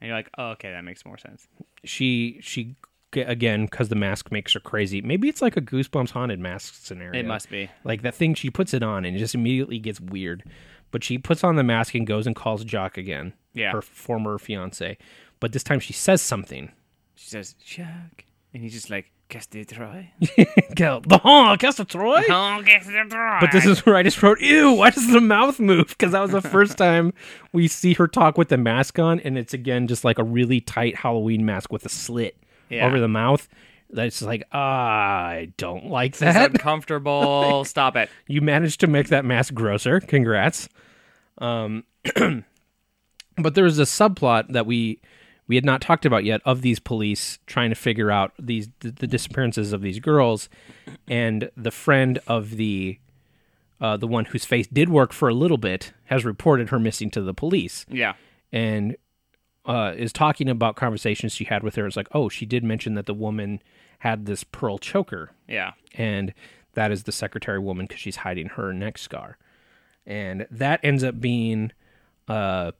Speaker 2: and you're like oh okay that makes more sense
Speaker 3: she she g- again because the mask makes her crazy. Maybe it's like a Goosebumps haunted mask scenario.
Speaker 2: it must be
Speaker 3: Like that thing she puts it on and it just immediately gets weird. But she puts on the mask and goes and calls Jock again.
Speaker 2: Yeah.
Speaker 3: Her former fiance. But this time she says something.
Speaker 2: she says chuck and he's just like cast the
Speaker 3: *laughs*
Speaker 2: troy
Speaker 3: Go, the hall, Castle Troy?
Speaker 2: oh cast the troy
Speaker 3: But this is where I just wrote, ew, why does the mouth move? Because that was the first time we see her talk with the mask on, and it's again just like a really tight Halloween mask with a slit
Speaker 2: Yeah.
Speaker 3: over the mouth. That's just like, "Ah, I don't like
Speaker 2: This is
Speaker 3: *laughs* that.
Speaker 2: uncomfortable stop it
Speaker 3: You managed to make that mask grosser. Congrats. Um, *clears throat* but there was a subplot that we we had not talked about yet of these police trying to figure out these the, the disappearances of these girls, and the friend of the uh, the one whose face did work for a little bit has reported her missing to the police
Speaker 2: yeah
Speaker 3: and uh, is talking about conversations she had with her. It's like, oh, she did mention that the woman had this pearl choker
Speaker 2: yeah
Speaker 3: and that is the secretary woman because she's hiding her neck scar and that ends up being uh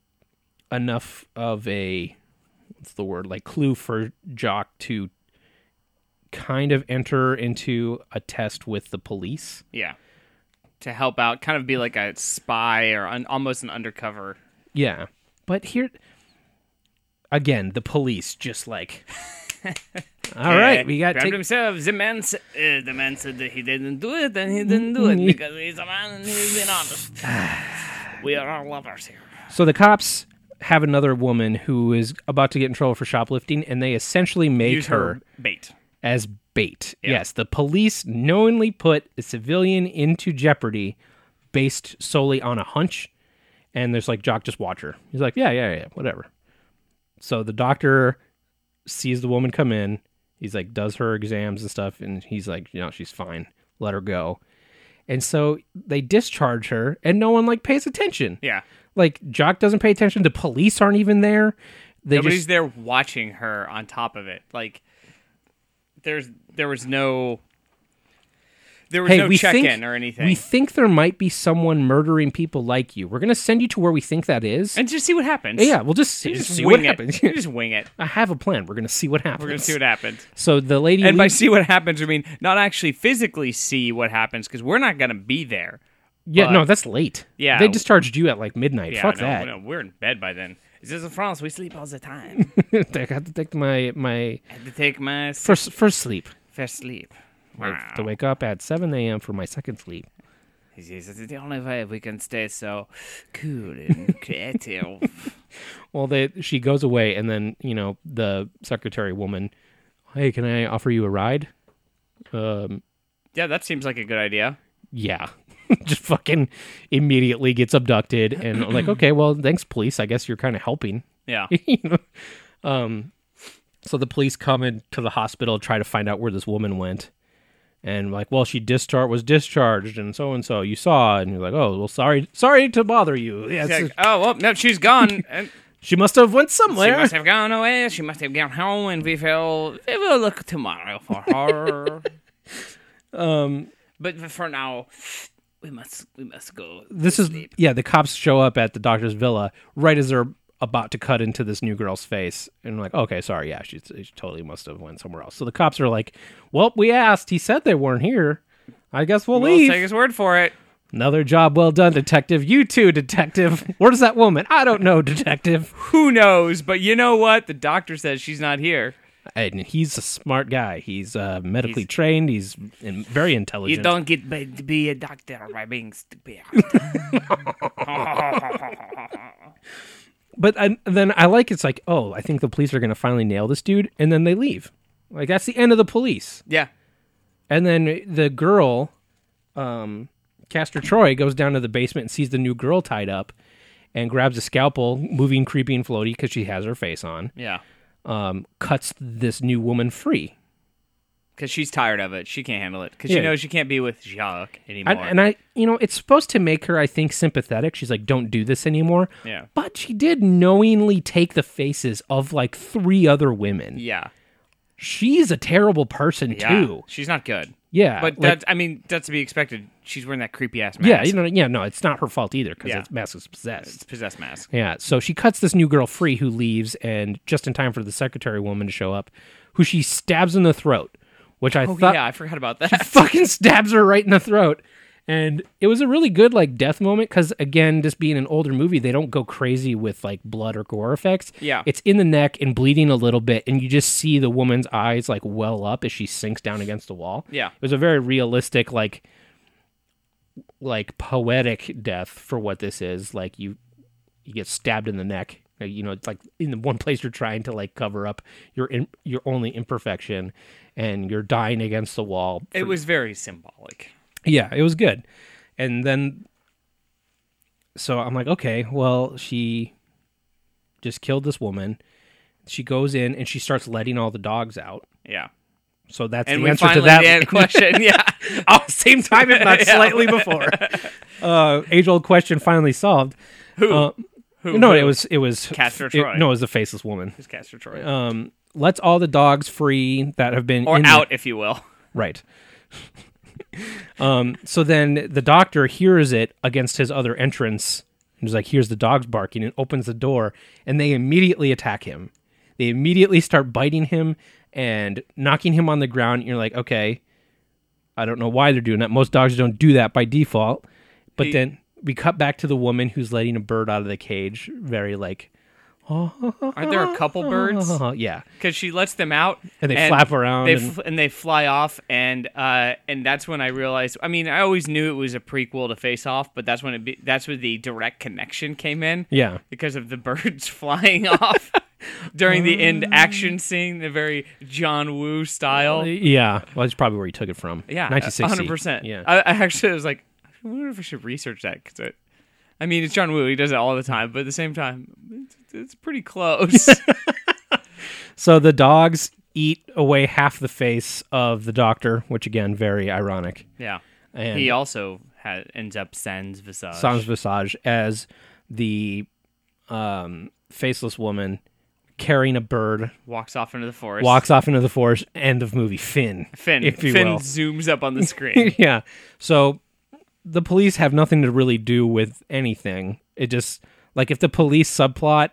Speaker 3: enough of a what's the word like clue for jock to kind of enter into a test with the police
Speaker 2: Yeah. To help out, kind of be like a spy or an, almost an undercover.
Speaker 3: yeah but here again the police just like all right we got
Speaker 2: Grabbed
Speaker 3: take
Speaker 2: himself. The man, sa- uh, the man said that he didn't do it, and he didn't
Speaker 3: *laughs*
Speaker 2: do it because he's a man and he's been
Speaker 3: *sighs*
Speaker 2: honest. we are all lovers here.
Speaker 3: So the cops have another woman who is about to get in trouble for shoplifting, and they essentially make
Speaker 2: Use
Speaker 3: her,
Speaker 2: her bait.
Speaker 3: as bait. Yes, the police knowingly put a civilian into jeopardy based solely on a hunch. And there's like Jock just watch her. He's like, yeah, yeah, yeah, whatever. So the doctor sees the woman come in. He's like, does her exams and stuff, and he's like, you know, she's fine. Let her go. And so they discharge her, and no one like pays attention.
Speaker 2: Yeah.
Speaker 3: Like Jock doesn't pay attention. The police aren't even there. They
Speaker 2: Nobody's
Speaker 3: just
Speaker 2: there watching her on top of it. Like, there's there was no. There was
Speaker 3: hey,
Speaker 2: no
Speaker 3: we
Speaker 2: check-in
Speaker 3: think
Speaker 2: or anything.
Speaker 3: we think there might be someone murdering people like you. We're gonna send you to where we think that is.
Speaker 2: and just see what happens.
Speaker 3: yeah, we'll just see,
Speaker 2: You just
Speaker 3: see
Speaker 2: wing
Speaker 3: what
Speaker 2: it.
Speaker 3: happens.
Speaker 2: You *laughs* just wing it.
Speaker 3: *laughs* I have a plan. We're gonna see what happens.
Speaker 2: We're gonna see what happens.
Speaker 3: So the lady
Speaker 2: And by
Speaker 3: leaves-
Speaker 2: see what happens, I mean not actually physically see what happens because we're not going to be there.
Speaker 3: yeah, no, that's late.
Speaker 2: Yeah.
Speaker 3: they discharged you at like midnight. Fuck
Speaker 2: no,
Speaker 3: that.
Speaker 2: no, we're in bed by then. Is this in France? We sleep all the
Speaker 3: *laughs*
Speaker 2: time.
Speaker 3: I had to take my my
Speaker 2: I had to take my s-
Speaker 3: first first sleep.
Speaker 2: first sleep.
Speaker 3: I have to wake up at seven a.m. for my second sleep.
Speaker 2: This is the only way we can stay so cool
Speaker 3: *laughs*
Speaker 2: and creative.
Speaker 3: Well, they she goes away, and then you know the secretary woman. Hey, can I offer you a ride? Um,
Speaker 2: yeah, that seems like a good idea.
Speaker 3: yeah. *laughs* just fucking immediately gets abducted and like, okay, well, thanks, police. I guess you're kind of helping. *laughs*
Speaker 2: Yeah.
Speaker 3: you know? Um, so the police come into the hospital to try to find out where this woman went, and like, well, she discharged was discharged, and so and so you saw, and you're like, oh, well, sorry, sorry to bother you. Yeah, it's-
Speaker 2: It's like, oh well, no, she's gone. And
Speaker 3: she must have went
Speaker 2: she
Speaker 3: somewhere.
Speaker 2: must have gone away. She must have gone home, and we will we will look tomorrow for her. um,
Speaker 3: *laughs* Um,
Speaker 2: but for now, we must we must go.
Speaker 3: this is yeah. The cops show up at the doctor's villa right as they're about to cut into this new girl's face, and like, okay, sorry, yeah, she, she totally must have went somewhere else. So the cops are like, well, we asked. He said they weren't here. I guess we'll,
Speaker 2: We'll
Speaker 3: leave.
Speaker 2: take his word for it.
Speaker 3: Another job well done, detective. You too, detective. *laughs* Where's that woman? I don't know, detective.
Speaker 2: Who knows? But you know what? The doctor says she's not here.
Speaker 3: And he's a smart guy. He's uh, medically trained. He's in, very
Speaker 2: You
Speaker 3: intelligent.
Speaker 2: don't get paid to be a doctor by being stupid.
Speaker 3: *laughs* But I, then I like it's like, oh, I think the police are going to finally nail this dude, and then they leave. Like that's the end of the police.
Speaker 2: yeah.
Speaker 3: And then the girl, um, Castor Troy, goes down to the basement and sees the new girl tied up, and grabs a scalpel, moving, creepy, and floaty because she has her face on.
Speaker 2: Yeah.
Speaker 3: Um, cuts this new woman free.
Speaker 2: Because she's tired of it. She can't handle it. Because
Speaker 3: Yeah.
Speaker 2: she knows she can't be with Jacques anymore.
Speaker 3: I, and I, you know, it's supposed to make her, I think, sympathetic. She's like, don't do this anymore.
Speaker 2: Yeah.
Speaker 3: But she did knowingly take the faces of like three other women.
Speaker 2: yeah.
Speaker 3: She's a terrible person,
Speaker 2: Yeah.
Speaker 3: too.
Speaker 2: She's not good.
Speaker 3: Yeah.
Speaker 2: But
Speaker 3: like-
Speaker 2: that's, I mean, that's to be expected. She's wearing that creepy ass mask.
Speaker 3: yeah, you know, yeah, no, it's not her fault either because
Speaker 2: Yeah.
Speaker 3: it's mask is possessed.
Speaker 2: It's possessed mask.
Speaker 3: Yeah. So she cuts this new girl free who leaves and just in time for the secretary woman to show up, who she stabs in the throat, which I
Speaker 2: Oh,
Speaker 3: thought
Speaker 2: yeah, I forgot about that.
Speaker 3: *laughs* fucking stabs her right in the throat. And it was a really good like death moment because again, just being an older movie, they don't go crazy with like blood or gore effects.
Speaker 2: Yeah.
Speaker 3: it's in the neck and bleeding a little bit, and you just see the woman's eyes like well up as she sinks down against the wall.
Speaker 2: *laughs* Yeah.
Speaker 3: it was a very realistic like like poetic death for what this is. Like you you get stabbed in the neck. Uh, You know, it's like in the one *laughs* place you're trying to like cover up your in, your only imperfection, and you're dying against the wall.
Speaker 2: It was very symbolic.
Speaker 3: Yeah, it was good. And then so I'm like, okay, well, she just killed this woman. She goes in and she starts letting all the dogs out.
Speaker 2: Yeah.
Speaker 3: So that's
Speaker 2: And
Speaker 3: the
Speaker 2: we
Speaker 3: answer
Speaker 2: finally
Speaker 3: to that *laughs*
Speaker 2: did question. Yeah.
Speaker 3: all same time, if
Speaker 2: *laughs*
Speaker 3: not
Speaker 2: Yeah.
Speaker 3: slightly before. Uh, Age old question finally solved. Who? Uh, no, it was it was
Speaker 2: Castor
Speaker 3: it-
Speaker 2: Troy.
Speaker 3: no, it was the faceless woman.
Speaker 2: It's Castor Troy.
Speaker 3: Um, lets all the dogs free that have been
Speaker 2: or
Speaker 3: in the-
Speaker 2: out, if you will.
Speaker 3: Right. um, so then the doctor hears it against his other entrance and is like, here's the dogs barking and opens the door and they immediately attack him. They immediately start biting him and knocking him on the ground. You're like, okay, I don't know why they're doing that. Most dogs don't do that by default. But
Speaker 2: He-
Speaker 3: then we cut back to the woman who's letting a bird out of the cage, very like,
Speaker 2: *laughs* Aren't there a couple birds?
Speaker 3: oh, *laughs* yeah.
Speaker 2: Because she lets them out,
Speaker 3: And they flap around
Speaker 2: they
Speaker 3: and-
Speaker 2: fl- and they fly off, and uh, and that's when I realized. I mean, I always knew it was a prequel to Face Off, but that's when it be, that's where the direct connection came in.
Speaker 3: Yeah.
Speaker 2: because of the birds *laughs* flying off
Speaker 3: *laughs*
Speaker 2: during
Speaker 3: Uh.
Speaker 2: the end action scene, the very John Woo style.
Speaker 3: Yeah. Well, that's probably where he took it from.
Speaker 2: Yeah,
Speaker 3: 1960.
Speaker 2: 100%.
Speaker 3: Yeah.
Speaker 2: I, I actually was like, I wonder if I should research that because it. I mean, it's John Woo. He does it all the time, but at the same time, it's, it's pretty
Speaker 3: *laughs*
Speaker 2: close. *laughs*
Speaker 3: So the dogs eat away half the face of the doctor, which again, very ironic.
Speaker 2: yeah.
Speaker 3: And
Speaker 2: he also ha- ends up sans visage.
Speaker 3: Sans Visage as the um, faceless woman carrying a bird
Speaker 2: walks off into the forest.
Speaker 3: walks off into the forest. End of movie. Finn. *laughs*
Speaker 2: Finn.
Speaker 3: if you
Speaker 2: Finn
Speaker 3: will.
Speaker 2: zooms up on the
Speaker 3: *laughs*
Speaker 2: screen.
Speaker 3: yeah. So the police have nothing to really do with anything. It just like if the police subplot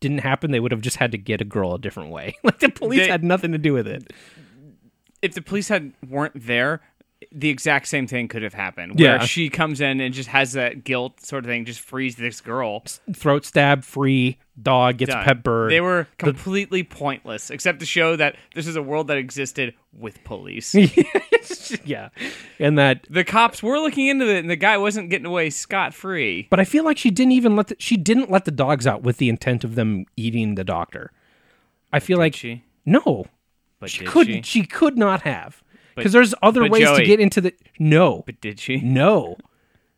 Speaker 3: didn't happen, they would have just had to get a girl a different way. *laughs* like the police
Speaker 2: They-
Speaker 3: had nothing to do with it.
Speaker 2: if the police had weren't there, the exact same thing could have happened. Where
Speaker 3: Yeah.
Speaker 2: she comes in and just has that guilt sort of thing, just frees this girl.
Speaker 3: Throat stab, free dog gets
Speaker 2: Done.
Speaker 3: a pet bird.
Speaker 2: They were completely pointless, except to show that this is a world that existed with police.
Speaker 3: *laughs* yeah and that
Speaker 2: the cops were looking into it, and the guy wasn't getting away scot free.
Speaker 3: but i feel like she didn't even let the, she didn't let the dogs out with the intent of them eating the doctor i feel like
Speaker 2: she?
Speaker 3: no
Speaker 2: But
Speaker 3: she
Speaker 2: did
Speaker 3: couldn't she? could not have because there's other
Speaker 2: but
Speaker 3: ways to
Speaker 2: Joey-
Speaker 3: get into the no,
Speaker 2: But did she?
Speaker 3: no.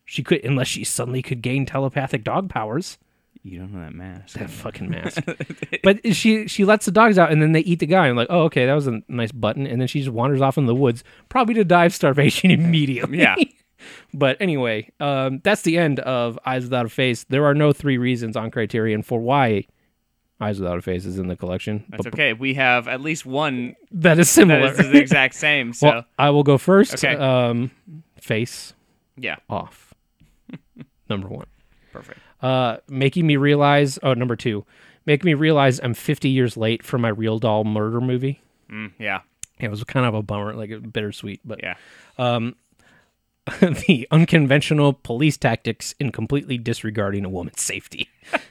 Speaker 3: She could unless she suddenly could gain telepathic dog powers.
Speaker 2: You don't know that mask.
Speaker 3: That fucking mask. but she she lets the dogs out and then they eat the guy. I'm like, oh okay, that was a nice button. And then she just wanders off in the woods, probably to die of starvation *laughs* immediately.
Speaker 2: *laughs* Yeah.
Speaker 3: But anyway, um, that's the end of Eyes Without a Face. There are no three reasons on Criterion for why Eyes Without a Face is in the collection.
Speaker 2: That's
Speaker 3: but
Speaker 2: okay. We have at least one
Speaker 3: that is
Speaker 2: that
Speaker 3: similar.
Speaker 2: is the exact same. So
Speaker 3: well, I will go first.
Speaker 2: Okay.
Speaker 3: Um, face
Speaker 2: yeah,
Speaker 3: *laughs* off. number one.
Speaker 2: perfect.
Speaker 3: Uh, making me realize. Oh, number two. Making me realize I'm 50 years late for my real doll murder movie.
Speaker 2: Mm, yeah,
Speaker 3: It was kind of a bummer, like a bittersweet, but
Speaker 2: yeah.
Speaker 3: *laughs* the unconventional police tactics in completely disregarding a woman's safety. *laughs*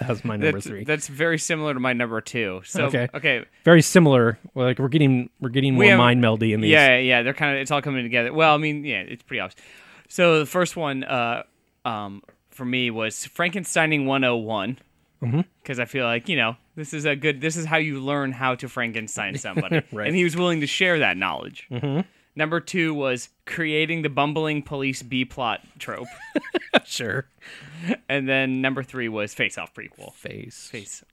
Speaker 3: That's my number
Speaker 2: That's,
Speaker 3: three.
Speaker 2: that's very similar to my number two. So
Speaker 3: Okay.
Speaker 2: okay,
Speaker 3: Very similar. Like we're getting we're getting more
Speaker 2: have-
Speaker 3: mind meldy in these.
Speaker 2: yeah, yeah. They're kind of it's all coming together. Well, I mean, yeah, it's pretty obvious. So the first one, uh, um, for me was Frankensteining 101 because I feel like you know this is a good this is how you learn how to Frankenstein somebody, and he was willing to share that knowledge. Number two was creating the bumbling police B plot trope.
Speaker 3: sure.
Speaker 2: And then number three was Face Off prequel.
Speaker 3: Face.
Speaker 2: Face.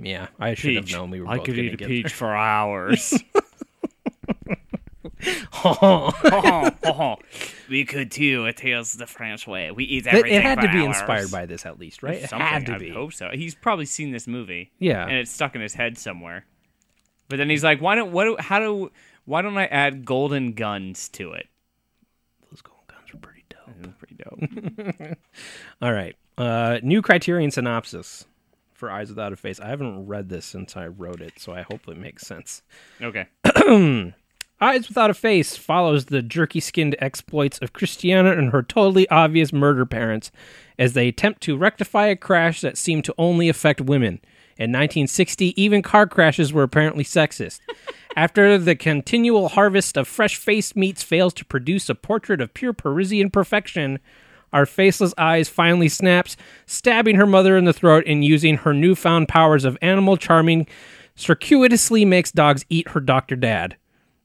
Speaker 3: Yeah, I should
Speaker 2: Peach.
Speaker 3: have known we were.
Speaker 2: I
Speaker 3: both
Speaker 2: could
Speaker 3: gonna
Speaker 2: eat a
Speaker 3: get
Speaker 2: peach for
Speaker 3: *laughs*
Speaker 2: hours. *laughs*
Speaker 3: there.
Speaker 2: we could too. It tells the French way. We eat
Speaker 3: it,
Speaker 2: everything.
Speaker 3: it had
Speaker 2: for
Speaker 3: to be
Speaker 2: hours.
Speaker 3: inspired by this, at least, right? It
Speaker 2: Something.
Speaker 3: had to
Speaker 2: I
Speaker 3: be.
Speaker 2: hope so. He's probably seen this movie.
Speaker 3: Yeah.
Speaker 2: and it's stuck in his head somewhere. But then he's like, "Why don't? What? do- How do? Why don't I add golden guns to it?"
Speaker 3: Those golden guns were pretty dope.
Speaker 2: That was pretty
Speaker 3: *laughs*
Speaker 2: dope.
Speaker 3: All right. Uh, new Criterion synopsis for Eyes Without a Face. I haven't read this since I wrote it, so I hope it makes sense.
Speaker 2: okay.
Speaker 3: Eyes Without a Face follows the jerky skinned exploits of Christiana and her totally obvious murder parents as they attempt to rectify a crash that seemed to only affect women. In 1960, even car crashes were apparently sexist. After the continual harvest of fresh faced meats fails to produce a portrait of pure Parisian perfection, our faceless eyes finally snaps, stabbing her mother in the throat and using her newfound powers of animal charming, circuitously makes dogs eat her doctor dad.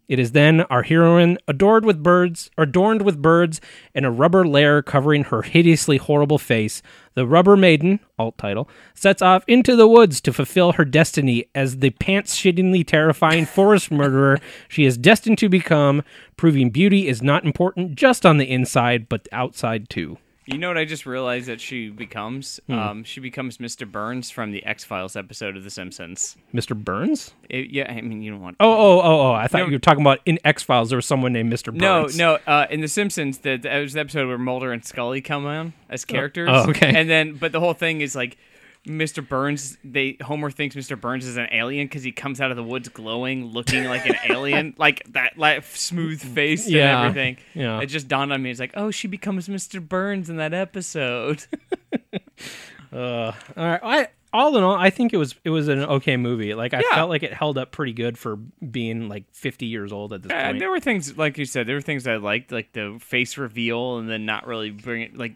Speaker 3: It is then our heroine adored with birds, adorned with birds, and a rubber layer covering her hideously horrible face. The rubber maiden, alt title, sets off into the woods to fulfill her destiny as the pants shittingly terrifying forest murderer she is destined to become, proving beauty is not important just on the inside, but the outside too.
Speaker 2: You know what I just realized that she becomes?
Speaker 3: Hmm.
Speaker 2: Um, she becomes Mr. Burns from the X Files episode of The Simpsons.
Speaker 3: Mr. Burns?
Speaker 2: It- yeah, I mean, you don't want.
Speaker 3: Oh, oh, oh, oh. I thought you were talking about in X Files there was someone named Mr.
Speaker 2: No,
Speaker 3: Burns.
Speaker 2: no. Uh, in The Simpsons, the, the, it was the episode where Mulder and Scully come on as characters.
Speaker 3: oh, okay.
Speaker 2: And then, but the whole thing is like Mr. Burns. They Homer thinks Mr. Burns is an alien because he comes out of the woods glowing, looking like
Speaker 3: *laughs*
Speaker 2: an alien, like that, like smooth face
Speaker 3: Mm, Yeah,
Speaker 2: and everything.
Speaker 3: yeah.
Speaker 2: It just dawned on me. It's like, oh, she becomes Mr. Burns in that episode. *laughs*
Speaker 3: All right. Uh, I, all in all, I think it was it was an okay movie. Like I
Speaker 2: Yeah.
Speaker 3: felt like it held up pretty good for being like 50 years old at this
Speaker 2: Uh,
Speaker 3: point.
Speaker 2: there were things like you said. There were things I liked, like the face reveal, and then not really bring it, like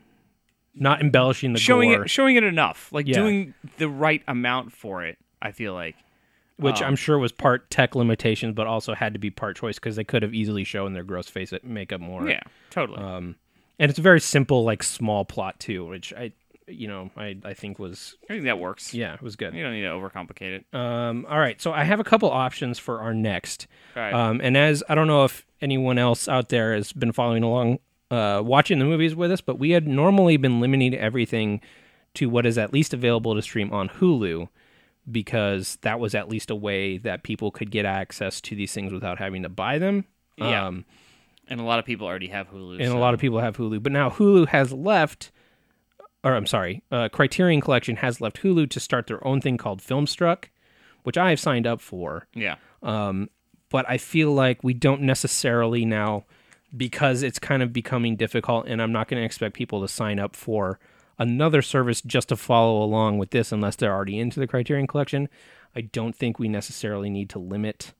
Speaker 3: Not embellishing the
Speaker 2: showing
Speaker 3: gore,
Speaker 2: it, showing it enough, like
Speaker 3: Yeah.
Speaker 2: doing the right amount for it. I feel like.
Speaker 3: which
Speaker 2: Oh.
Speaker 3: I'm sure was part tech limitations, but also had to be part choice because they could have easily shown their gross face uh, makeup more.
Speaker 2: Yeah, totally.
Speaker 3: Um, And it's a very simple, like small plot too, which I, you know, I I think was
Speaker 2: I think that works.
Speaker 3: yeah, it was good.
Speaker 2: You don't need to overcomplicate it.
Speaker 3: Um, all right, so I have a couple options for our next.
Speaker 2: Alright.
Speaker 3: Um, and as I don't know if anyone else out there has been following along, uh, watching the movies with us, but we had normally been limiting everything to what is at least available to stream on Hulu because that was at least a way that people could get access to these things without having to buy them.
Speaker 2: Yeah. and a lot of people already have Hulu.
Speaker 3: um, and
Speaker 2: so-
Speaker 3: a lot of people have Hulu, but now Hulu has left, or I'm sorry, uh, Criterion Collection has left Hulu to start their own thing called Filmstruck, which I have signed up for.
Speaker 2: yeah.
Speaker 3: but I feel like we don't necessarily now because it's kind of becoming difficult and I'm not going to expect people to sign up for another service just to follow along with this unless they're already into the Criterion collection. I don't think we necessarily need to limit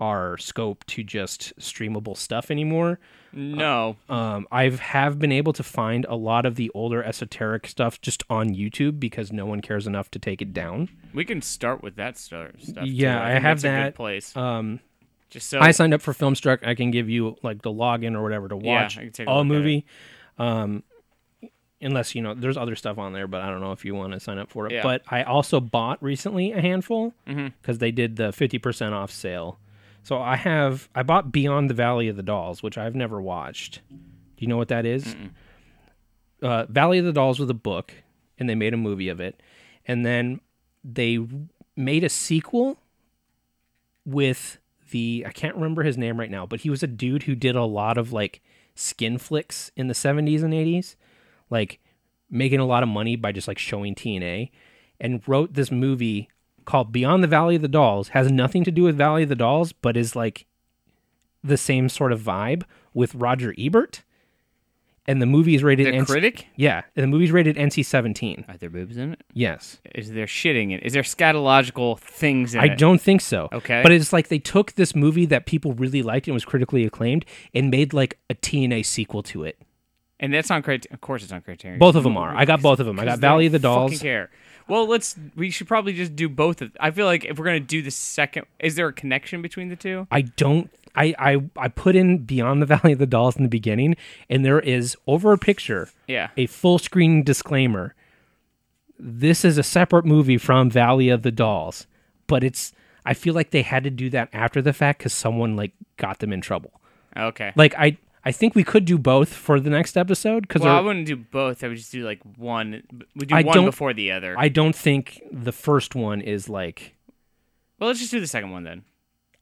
Speaker 3: our scope to just streamable stuff anymore.
Speaker 2: No.
Speaker 3: Um, I've have been able to find a lot of the older esoteric stuff just on YouTube because no one cares enough to take it down.
Speaker 2: we can start with that start stuff.
Speaker 3: um, Yeah,
Speaker 2: too.
Speaker 3: I
Speaker 2: think
Speaker 3: have
Speaker 2: that's a good
Speaker 3: that.
Speaker 2: place.
Speaker 3: Um,
Speaker 2: Just so
Speaker 3: I signed up for Filmstruck. I can give you like the login or whatever to
Speaker 2: Yeah,
Speaker 3: watch
Speaker 2: I can take a
Speaker 3: all
Speaker 2: look at
Speaker 3: movie. Um, unless you know, there's other stuff on there, but I don't know if you want to sign up for it.
Speaker 2: Yeah. Mm-hmm.
Speaker 3: But I also bought recently a handful because they did the fifty percent off sale. So I have I bought Beyond the Valley of the Dolls, which I've never watched. Do you know what that is? Uh, Valley of the Dolls was a book, and they made a movie of it, and then they made a sequel with the I can't remember his name right now, but he was a dude who did a lot of like skin flicks in the 70s and 80s, like making a lot of money by just like showing TNA and wrote this movie called Beyond the Valley of the Dolls, has nothing to do with Valley of the Dolls, but is like the same sort of vibe with Roger Ebert. And the movie is rated
Speaker 2: the
Speaker 3: NC
Speaker 2: critic.
Speaker 3: Yeah, and the movie's rated NC-17.
Speaker 2: Are there boobs in it?
Speaker 3: Yes.
Speaker 2: Is there shitting in it? Is there scatological things in
Speaker 3: I
Speaker 2: it?
Speaker 3: don't think so.
Speaker 2: Okay.
Speaker 3: But it's like they took this movie that people really liked and was critically acclaimed and made like a TNA sequel to it.
Speaker 2: And that's on Criterion. Of course, it's on Criterion.
Speaker 3: Both of them are. I got
Speaker 2: Mm,
Speaker 3: both of them. I got Valley of the Dolls.
Speaker 2: Care. Well, let's. We should probably just do both of. I feel like if we're gonna do the second, is there a connection between the two?
Speaker 3: I don't. I, I I put in Beyond the Valley of the Dolls in the beginning, and there is over a picture
Speaker 2: Yeah.
Speaker 3: a full screen disclaimer. This is a separate movie from Valley of the Dolls, but it's. I feel like they had to do that after the fact because someone like got them in trouble.
Speaker 2: Okay.
Speaker 3: Like I I think we could do both for the next episode because
Speaker 2: well, I wouldn't do both. I would just do like one. We do
Speaker 3: I
Speaker 2: one
Speaker 3: don't-
Speaker 2: before the other.
Speaker 3: I don't think the first one is like.
Speaker 2: well, let's just do the second one then.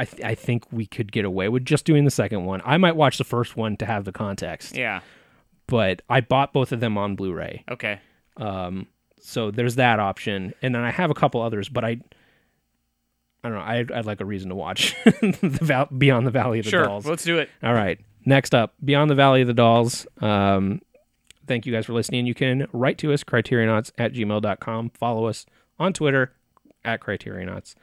Speaker 3: I, th- I think we could get away with just doing the second one. I might watch the first one to have the context,
Speaker 2: Yeah.
Speaker 3: but I bought both of them on Blu-ray,
Speaker 2: Okay.
Speaker 3: so there's that option. And then I have a couple others, but I, I don't know. I, I'd like a reason to watch *laughs* the val- Beyond the Valley of the
Speaker 2: Sure.
Speaker 3: Dolls.
Speaker 2: Let's do it.
Speaker 3: All right. Next up, Beyond the Valley of the Dolls. Um, thank you guys for listening. You can write to us, criterionauts at gmail.com. Follow us on Twitter at criterionauts.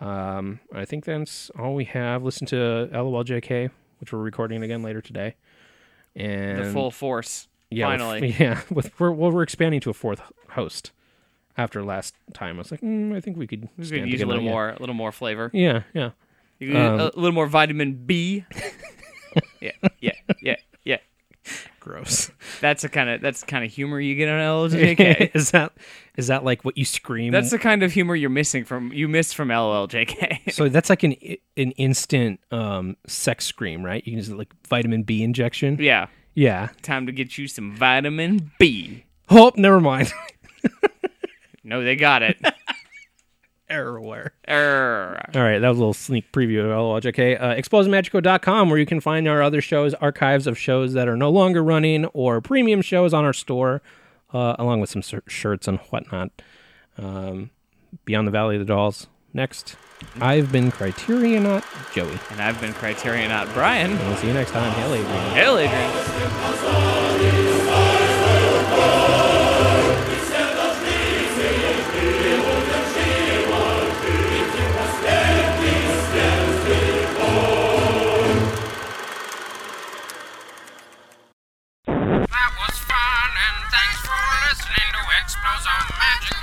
Speaker 3: Um, I think that's all we have. Listen to LOLJK, which we're recording again later today. And
Speaker 2: the full force.
Speaker 3: yeah, with-
Speaker 2: finally.
Speaker 3: *laughs* yeah. With, we're, well, we're expanding to a fourth host after last time. I was like, mm, I think we could,
Speaker 2: We
Speaker 3: stand
Speaker 2: could use a
Speaker 3: together
Speaker 2: little
Speaker 3: again.
Speaker 2: more, a little more
Speaker 3: *laughs*
Speaker 2: flavor,
Speaker 3: Yeah, yeah.
Speaker 2: You could
Speaker 3: Um,
Speaker 2: use a little more vitamin
Speaker 3: *laughs*
Speaker 2: B. yeah, yeah, yeah, yeah.
Speaker 3: Gross.
Speaker 2: That's the kind of that's the kind of humor you get on LLJK.
Speaker 3: *laughs* is that is that like what you scream?
Speaker 2: that's the kind of humor you're missing from you missed from LLJK.
Speaker 3: So that's like an an instant um, sex scream, right? You can just like vitamin B injection.
Speaker 2: *laughs* yeah,
Speaker 3: Yeah.
Speaker 2: time to get you some vitamin B.
Speaker 3: Oh, never mind. *laughs*
Speaker 2: No, they got it.
Speaker 3: Error.
Speaker 2: Err.
Speaker 3: All right, that was a little sneak preview of LOL. Okay, uh, explosemagico.com, where you can find our other shows, archives of shows that are no longer running, or premium shows on our store, uh, along with some shir- shirts and whatnot. Um, Beyond the Valley of the Dolls. Next, I've been Criterionaut Joey.
Speaker 2: and I've been Criterion out Brian.
Speaker 3: We'll see you next time. Hail, everyone.
Speaker 2: Hail, Adrian.
Speaker 5: That was fun, and thanks for listening to Explosive Magic